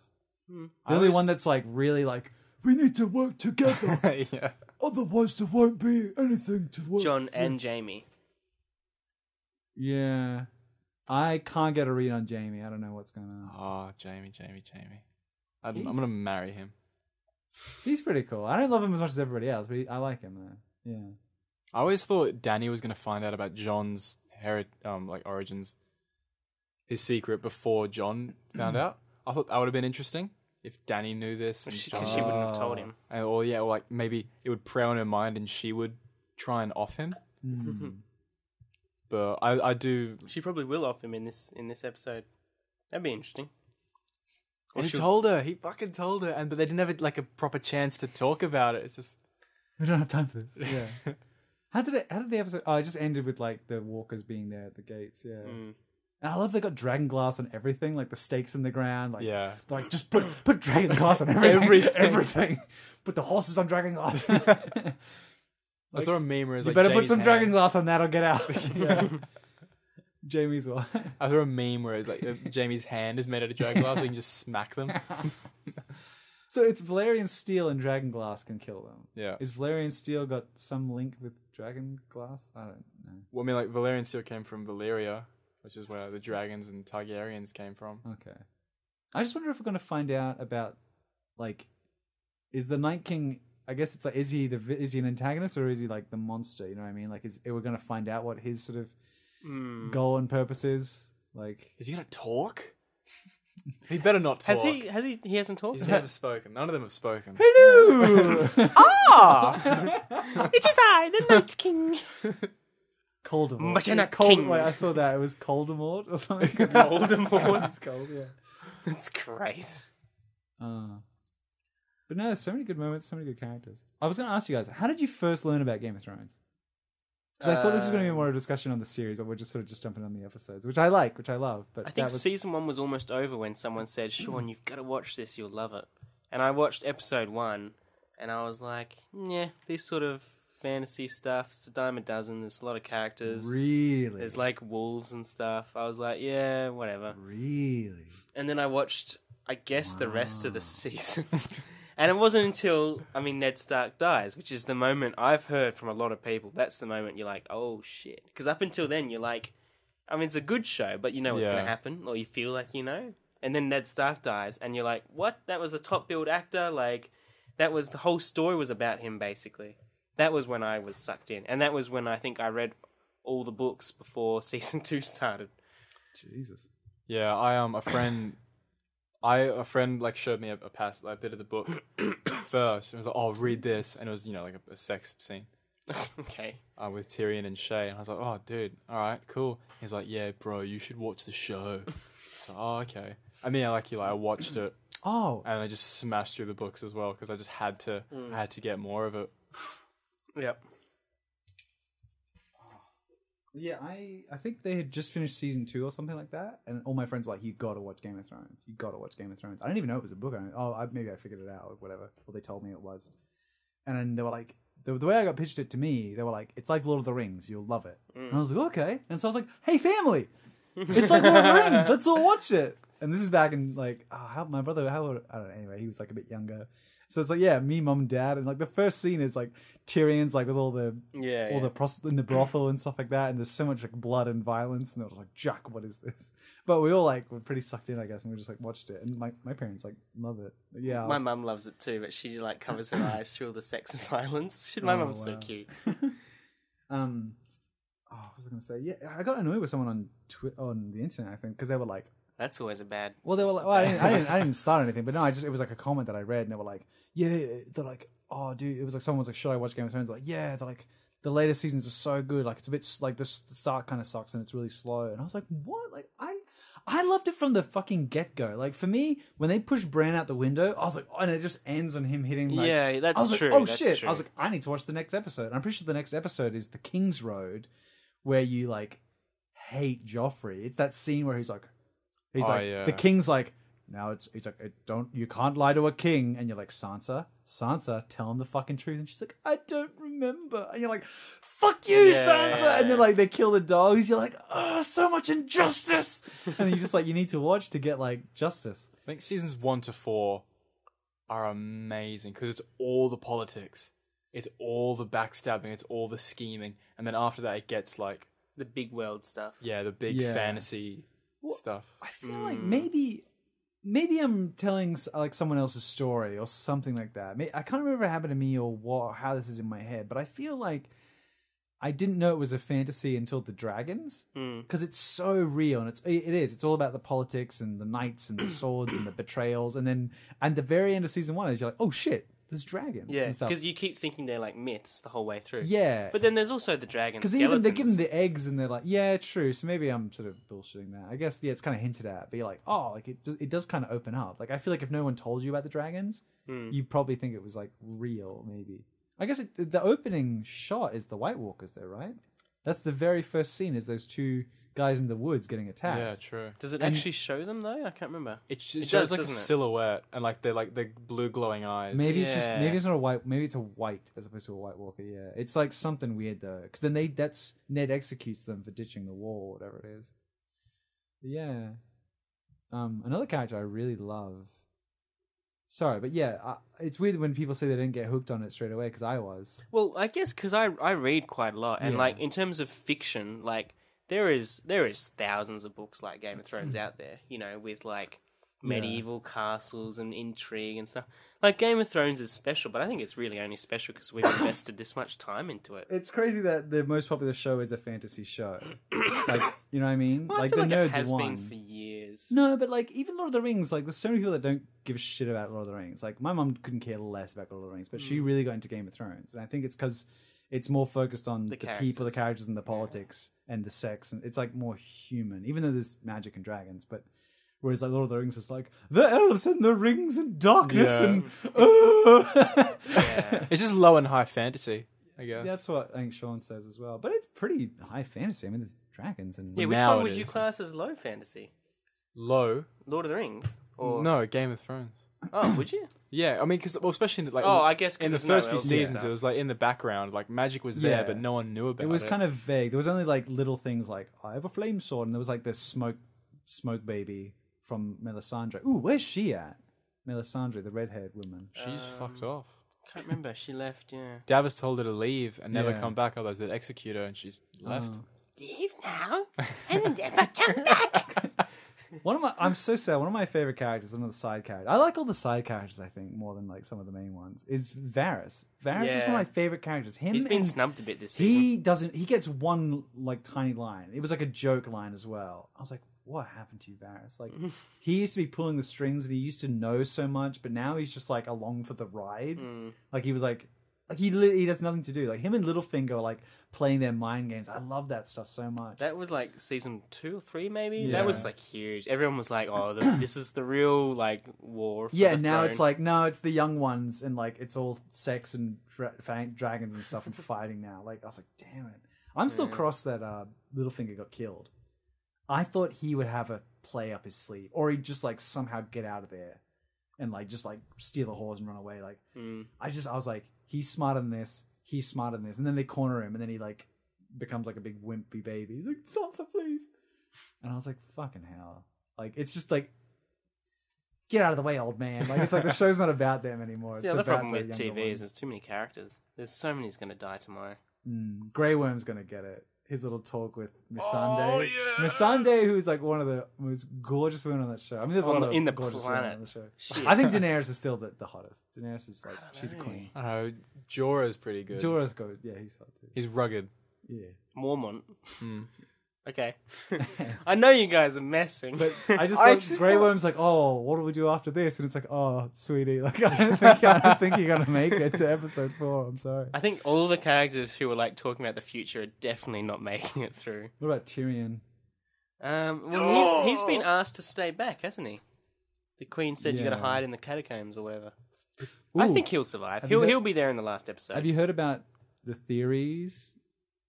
the
[laughs]
uh,
I
only
always-
one that's like really like we need to work
[laughs]
together
yeah.
otherwise there won't be anything to work
John and Jamie.
yeah i can't get a read on jamie i don't know what's going on
Oh, Jamie, Jamie, Jamie. I'm, I'm gonna marry him.
he's pretty cool i don't love him as much as everybody else but he, i like him though yeah
I always thought Danny was gonna find out about John's heri- um like origins, his secret before John found out. I thought that would have been interesting if Danny knew this. And John,
Because she wouldn't have told him.
and, or yeah, or like maybe it would prey on her mind and she would try and off him. But I, I do.
She probably will off him in this in this episode. That'd be interesting. Or
And he
she'll-
told her. He fucking told her, and but they didn't have like a proper chance to talk about it. It's just
We don't have time for this.
[laughs]
Yeah. how did it? How did the episode? Oh, it just ended with like the walkers being there at the gates. Yeah.
Mm.
And I love they got dragon glass on everything, like the stakes in the ground. Like,
Yeah.
they're like just
[gasps]
put put dragon glass on everything. [laughs] everything.
Everything.
Put the horses on dragon glass.
[laughs] I saw a meme where it was
you
like,
better put
Jamie's
some
hand-
dragon glass on that or get out. [laughs]
[laughs]
Yeah. Jamie's one.
I saw a meme where it's like [laughs] uh, Jamie's hand is made out of dragon glass, so you can just smack [laughs] them.
[laughs] So it's Valerian steel and dragon glass can kill them.
Yeah.
Is Valerian steel got some link with dragon glass? I don't know.
Well, I mean, like Valerian steel came from Valeria, which is where the dragons and Targaryens came from.
Okay. I just wonder if we're going to find out about like is the Night King I guess it's like is he the vi- is he an antagonist or is he like the monster, you know what I mean? Like is we're going to find out what his sort of
Hmm.
goal and purpose is? Like
Is he gonna talk? [laughs] he better not talk.
Has he? Has he? He hasn't talked.
He's never spoken. None of them have spoken.
It is I, the Night King.
Coldemort.
But you're not
Cold-
king.
Wait, I saw that. It was Coldemort or something.
[laughs]
[laughs]
Voldemort. [laughs]
It's cold, yeah.
That's great.
Uh, but no, so many good moments, so many good characters. I was going to ask you guys, how did you first learn about Game of Thrones? Because I thought this was
Uh,
going to be more of a discussion on the series, but we're just sort of just jumping on the episodes, which I like, which I love. But
I think
that was,
season one was almost over when someone said, "Sean, you've got to watch this. You'll love it." And I watched episode one, and I was like, "Yeah, this sort of fantasy stuff. It's a dime a dozen. There's a lot of characters.
really,
There's like wolves and stuff." I was like, "Yeah, whatever."
really,
And then I watched, I guess, the rest of the season. [laughs] and it wasn't until, I mean, Ned Stark dies, which is the moment I've heard from a lot of people. That's the moment you're like, oh shit. Because up until then, you're like, I mean, it's a good show, but you know what's going
Yeah.
to happen, or you feel like you know. And then Ned Stark dies, and you're like, what? That was the top billed actor? Like, that was the whole story was about him, basically. That was when I was sucked in. And that was when I think I read all the books before [laughs] season two started. [laughs]
Jesus.
Yeah, I um a friend, I a friend like showed me a, a pass like, a bit of the [coughs] book first, and was like, "Oh, read this," and it was you know like a, a sex scene
okay.
uh, with Tyrion and Shay, and I was like, "Oh, dude, all right, cool." He's like, "Yeah, bro, you should watch the
[laughs]
show." so, oh, okay. I mean, I like you, like I watched it,
Oh,
and I just smashed through the books as well because I just had to,
Mm.
I had to get more of it.
Yep.
yeah. I I think they had just finished season two or something like that, and all my friends were like, "You got to watch Game of Thrones. You got to watch Game of Thrones." I didn't even know it was a book. I don't- oh, I, maybe I figured it out or whatever, or they told me it was. And then they were like, the, the way I got pitched it to me, they were like, "It's like Lord of the Rings. You'll love it." And I was like, "Okay." And so I was like, "Hey, family, it's like Lord of the Rings. Let's all watch it." And this is back in like oh, how my brother how old- I don't know. Anyway, he was like a bit younger. So it's like yeah, me, mom, and dad, and like the first scene is like Tyrion's like with all the
Yeah.
all
yeah.
the prost- in the brothel and stuff like that, and there's so much like blood and violence, and it was like, Jack, what is this? But we all like were pretty sucked in, I guess, and we just like watched it, and my, my parents like love it. But yeah, I
My
was-
mum loves it too, but she like covers her eyes through all the sex and [laughs] violence. She, my
Oh,
mum's so
wow.
cute.
um, oh, what was I gonna say? Yeah, I got annoyed with someone on Twi- on the internet, I think, because they were like,
That's always a bad.
Well, they were like, well, I, didn't, I didn't, I didn't start anything, but no, I just it was like a comment that I read, and they were like, yeah, they're like, oh, dude, it was like someone was like, should I watch Game of Thrones? They're like, yeah, they're like, the latest seasons are so good, like it's a bit s- like this, the start kind of sucks and it's really slow, and I was like, what? Like I, I loved it from the fucking get go. Like for me, when they push Bran out the window, I was like, oh, and it just ends on him hitting. Like,
Yeah, that's
I was like,
true,
oh
that's
shit!
true.
I was like, I need to watch the next episode. And I'm pretty sure the next episode is the King's Road, where you like hate Joffrey. It's that scene where he's like, he's
Oh,
like,
yeah.
the king's like, now it's he's like, "It don't you can't lie to a king, and you're like, Sansa, Sansa, tell him the fucking truth, and she's like, I don't remember, and you're like, fuck you,
Yeah.
Sansa, and then like they kill the dogs, you're like, oh, so much injustice, [laughs] and then you just like you need to watch to get like justice.
I think seasons one to four are amazing because it's all the politics, it's all the backstabbing, it's all the scheming, and then after that it gets like
the big world stuff.
yeah the big
Yeah.
fantasy stuff.
I feel like maybe maybe I'm telling s- like someone else's story or something like that. May- I can't remember what happened to me or what how this is in my head, but I feel like I didn't know it was a fantasy until the dragons because it's so real and it's it it is. It's all about the politics and the knights and the swords and the betrayals and then and the very end of season 1 is you're like, "Oh shit, there's dragons.
Yeah,
and stuff.
because you keep thinking they're like myths the whole way through.
yeah,
But then there's also the dragon
because
skeletons.
even they give them the eggs and they're like, yeah, true. So maybe I'm sort of bullshitting that. I guess yeah, it's kind of hinted at, but you're like, oh, like it does, it does kind of open up. Like I feel like if no one told you about the dragons, you probably think it was like real. Maybe I guess it, the opening shot is the White Walkers, though, right? That's the very first scene is those two guys in the woods getting attacked.
Yeah, true.
Does it
and-
actually show them though? I can't remember.
It, sh- it
It
shows
does,
like a
doesn't it?
silhouette and like they're like the blue glowing eyes.
Maybe it's just
Yeah.
maybe it's not a white. Maybe it's a white as opposed to a white walker. Yeah, it's like something weird though, because then they that's Ned executes them for ditching the wall, whatever it is. But yeah, um, another character I really love. Sorry, but yeah, I, it's weird when people say they didn't get hooked on it straight away because I was.
Well, I guess because I I read quite a lot, and
Yeah.
like in terms of fiction, like there is there is thousands of books like Game of Thrones
Mm.
out there. You know, with like medieval castles and intrigue and stuff. Like Game of Thrones is special, but I think it's really only special because we've invested this much time into it.
It's crazy that the most popular show is a fantasy [coughs] show. like, you know what I mean?
Well,
like
I feel
the
like
nerds
it has
won.
been for years.
No, but like even Lord of the Rings, like there's so many people that don't give a shit about Lord of the Rings. Like my mom couldn't care less about Lord of the Rings, but she really got into Game of Thrones, and I think it's because it's more focused on the, people, the
characters.
characters, and the politics and the sex, and it's like more human. Even though there's magic and dragons, but whereas like Lord of the Rings is like the elves and the rings and darkness
Yeah.
and [laughs] oh.
It's just low and high fantasy, I guess.
that's what I think Sean says as well. But it's pretty high fantasy. I mean, there's dragons and
Yeah, which
Now
one
it
would you
is.
class as low fantasy?
Low.
Lord of the Rings, or
No, Game of Thrones.
Oh,
[laughs]
would you?
Yeah, I mean, because well, especially in the, like
Oh, I guess 'cause
in the
there's no
first few
elves and
seasons,
stuff.
it was like in the background, like magic was
Yeah.
there, but no one knew about it.
it was kind of vague. There was only like little things like "Oh, I have a flame sword, and there was like this smoke smoke baby from Melisandre. Ooh, where's she at? Melisandre, the redhead woman.
she just
Um,
fucked off.
Can't remember. She left. Yeah.
Davis told her to leave and never
Yeah. Uh-huh.
come back, otherwise they'd execute her, and she's left.
Leave now and never come back.
One of my, I'm so sad. One of my favorite characters, another side character. I like all the side characters. I think more than like some of the main ones is Varys. Varys is one of
Yeah.
my favorite characters. Him
He's been
and
snubbed a bit this season.
he doesn't. He gets one like tiny line. It was like a joke line as well. I was like, what happened to you, Varys? Like he used to be pulling the strings and he used to know so much, but now he's just like along for the ride.
Mm.
Like he was like. Like he, lit- he has nothing to do. Like him and Littlefinger are like playing their mind games. I love that stuff so much.
That was like season two or three, maybe.
Yeah.
That was like huge. Everyone was like, "Oh, the, this is the real like war." For
Yeah,
the
now
throne.
it's like no, it's the young ones and like it's all sex and dra- fa- dragons and
[laughs]
stuff and fighting now. Like I was like, damn it, I'm still cross that uh, Littlefinger got killed. I thought he would have a play up his sleeve, or he'd just like somehow get out of there and like just like steal a horse and run away. Like
Mm.
I just I was like, he's smarter than this. He's smarter than this. And then they corner him, and then he like becomes like a big wimpy baby. He's like, Sansa, please. And I was like, fucking hell. Like it's just like get out of the way, old man. Like it's like the show's not about them
[laughs]
anymore.
That's
Oh, it's
the other
about
problem
the
with
younger
TV is
ones.
there's too many characters. There's so many's gonna die tomorrow.
Mm, Grey Worm's gonna get it. His little talk with Missandei.
Oh,
Missandei, who's like one of the most gorgeous women on that show. I mean, there's a
On-
lot of
in the
gorgeous women
planet.
on the show.
She
I think Daenerys is still the, the hottest. Daenerys is like she's a
know.
queen.
I don't know. Jorah's pretty good.
Jorah's goes, yeah, he's hot too.
He's rugged.
Yeah.
Mormont.
Hmm.
[laughs]
[laughs]
okay, I know you guys are messing,
But I
[laughs]
just
I
like
actually
Grey
thought-
Worm's like, oh, what do we do after this? And it's like, oh, sweetie, like [laughs] I don't think, I don't think you're gonna make it to episode four. I'm sorry.
I think all the characters who were like talking about the future are definitely not [laughs] making it through.
What about Tyrion?
Um, well, he's he's been asked to stay back, hasn't he? The Queen said you got
Yeah.
to hide in the catacombs or whatever. I
Ooh.
think he'll survive.
you
He'll
heard-
he'll be there in the last episode.
Have you heard about the theories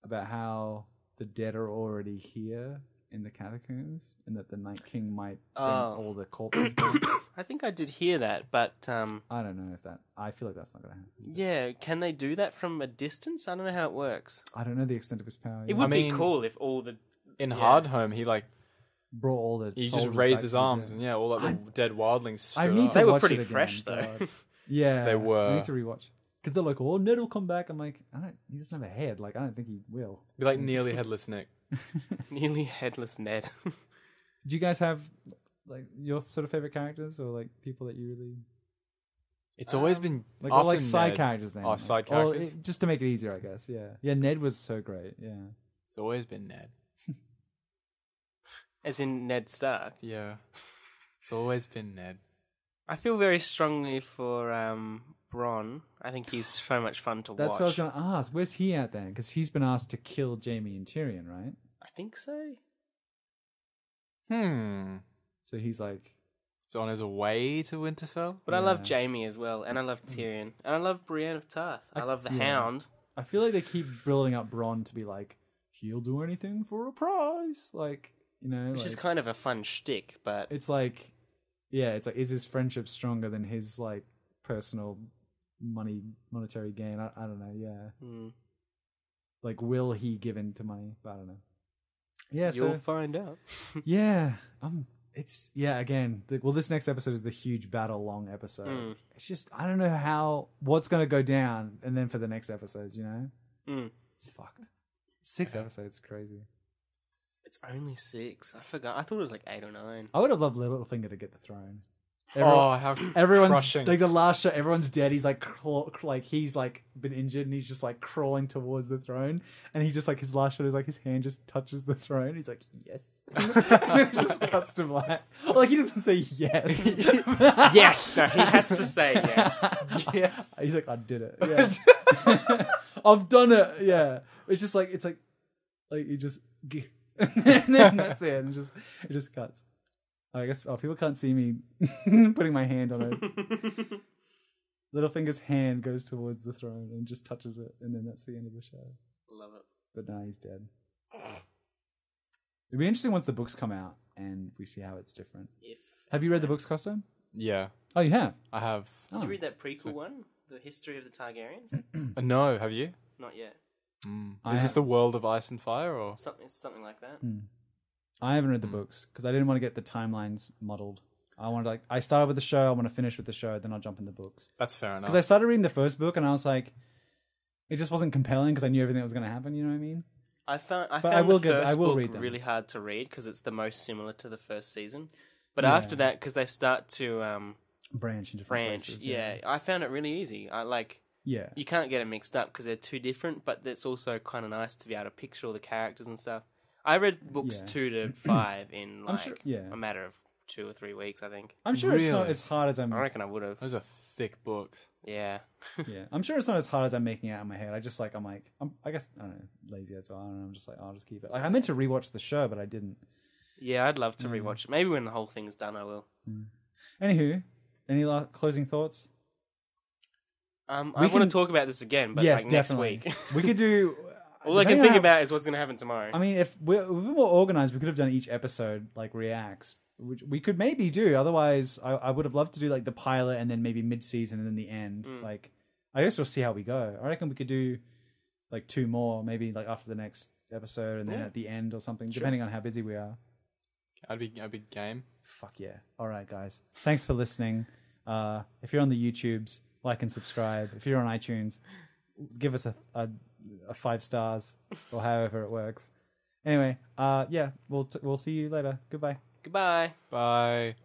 about how the dead are already here in the catacombs, and that the Night King might bring
Oh.
all the corpses? back?
I think I did hear that, but um,
[coughs] I don't know if that. I feel like that's not gonna happen.
yeah, can they do that from a distance? I don't know how it works.
I don't know the extent of his power.
It
He
would
mean-
be cool if all the
In Hardhome, he like
brought all the.
he just
soldiers
raised
back
his
to the
arms,
dead.
and yeah, all like, the dead wildlings. Stood
I need
up.
to
They were
watch
pretty
it again,
fresh, though. [laughs]
God. Yeah,
They were.
I need to rewatch because they're like, "Oh, Ned will come back." I'm like, I don't. He doesn't have a head. Like, I don't think he
[laughs]
will.
be like
[laughs]
nearly headless Nick.
nearly headless Ned. [laughs]
Do you guys have like your sort of favorite characters or like people that you really
It's always been
Um, like?
after
or like side
Ned,
characters. Then,
Oh,
like-
side
or
characters.
it- just to make it easier, I guess. Yeah, yeah. Ned was so great. Yeah,
It's always been Ned.
As in Ned Stark.
Yeah, it's always been Ned.
I feel very strongly for um Bron. I think he's so much fun to
That's
watch.
what I was going to ask. Where's he at then? Because he's been asked to kill Jamie and Tyrion, right?
I think so.
Hmm.
So he's like,
So on his way to Winterfell.
But I love
Yeah.
Jamie as well, and I love Tyrion, and I love Brienne of Tarth. I love the
yeah.
Hound.
I feel like they keep building up Bronn to be like, he'll do anything for a prize. Like, you know,
Which
like,
is kind of a fun shtick, but
it's like, yeah, it's like, is his friendship stronger than his like personal money, monetary gain? I, I don't know. Yeah.
mm,
Like, will he give in to money? I don't know. Yeah.
you'll
so,
find out. [laughs]
yeah. Um, it's, yeah, again, the, well, this next episode is the huge battle long episode.
Mm.
It's just, I don't know how, what's going to go down. And then for the next episodes, you know,
Mm.
it's fucked. Six episodes, crazy.
It's only six. I forgot. I thought it was like eight or nine.
I would have loved Littlefinger to get the throne.
oh, how
[clears throat]
[clears throat]
Everyone's
crushing!
like the last shot. Everyone's dead. He's like, crawl, like he's like been injured, and he's just like crawling towards the throne. And he just like his last shot is like his hand just touches the throne. He's like, yes. [laughs] and it just cuts to black. Like he doesn't say yes.
Yes, [laughs] no, he has to
[laughs]
say yes.
yes.
He's like, I did it. Yeah. [laughs] I've done it. Yeah. It's just like it's like like you just [laughs] and then that's it. And just it just cuts. I guess oh people can't see me [laughs] putting my hand on it. Littlefinger's hand goes towards the throne and just touches it, and then that's the end of the show.
Love it.
But now he's dead. It'd be interesting once the books come out and we see how it's different.
If
Have you read the books, Costa?
Yeah,
Oh, you have.
I have.
did
Oh.
you read that prequel one, the history of the Targaryens?
Uh, no, have you?
Not yet.
Hmm. I
Is
ha-
this the world of ice and fire, or
Something, something like that.
Hmm. I haven't
Hmm.
read the books because I didn't want to get the timelines muddled. I wanted like I started with the show. I want to finish with the show. Then I'll jump in the books
that's fair enough?
Oh.
because I started reading the first book and I was like, it just wasn't compelling because I knew everything that was going to happen. You know what I mean?
I found I
But I
found
will
the
give- I
first
will
book
read them.
really hard to read because it's the most similar to the first season. But after that, because they start to um,
Branch into
branch, yeah, I found it really easy. I like
yeah.
you can't get it mixed up because they're too different, but it's also kind of nice to be able to picture all the characters and stuff. I read books
Yeah. [clears throat]
two to five in like
sure- yeah.
a matter of two or three weeks. I think.
I'm sure it's not
Really?
as hard as I'm.
I reckon I would have.
Those are thick books.
Yeah.
[laughs] Yeah, I'm sure it's not as hard as I'm making it out in my head. I just like I'm like I'm, I guess I don't know lazy as well. I don't know. I'm just like I'll just keep it. Like I meant to rewatch the show, but I didn't.
[laughs] Yeah, I'd love to
Mm.
rewatch it. Maybe when the whole thing's done, I will.
Anywho, any la- closing thoughts?
Um,
We
I want
can-
to talk about this again, but
yes,
like next
definitely.
week. [laughs]
we could do.
all I can
depending on
think
how-
about is what's going to happen tomorrow.
I mean, if we're, if we we're more organized, we could have done each episode like reacts, which we could maybe do. Otherwise, I, I would have loved to do like the pilot and then maybe mid season and then the end. Like, I guess we'll see how we go. I reckon we could do like two more, maybe like after the next episode and then at the end or something, depending on how busy we are.
I'd be, I'd be game.
Fuck yeah. All right, guys. Thanks for listening. Uh, if you're on the YouTubes, like and subscribe. If you're on iTunes, give us a, a, a five stars or however it works. Anyway, uh, yeah, we'll, t- we'll see you later. Goodbye.
Goodbye.
Bye.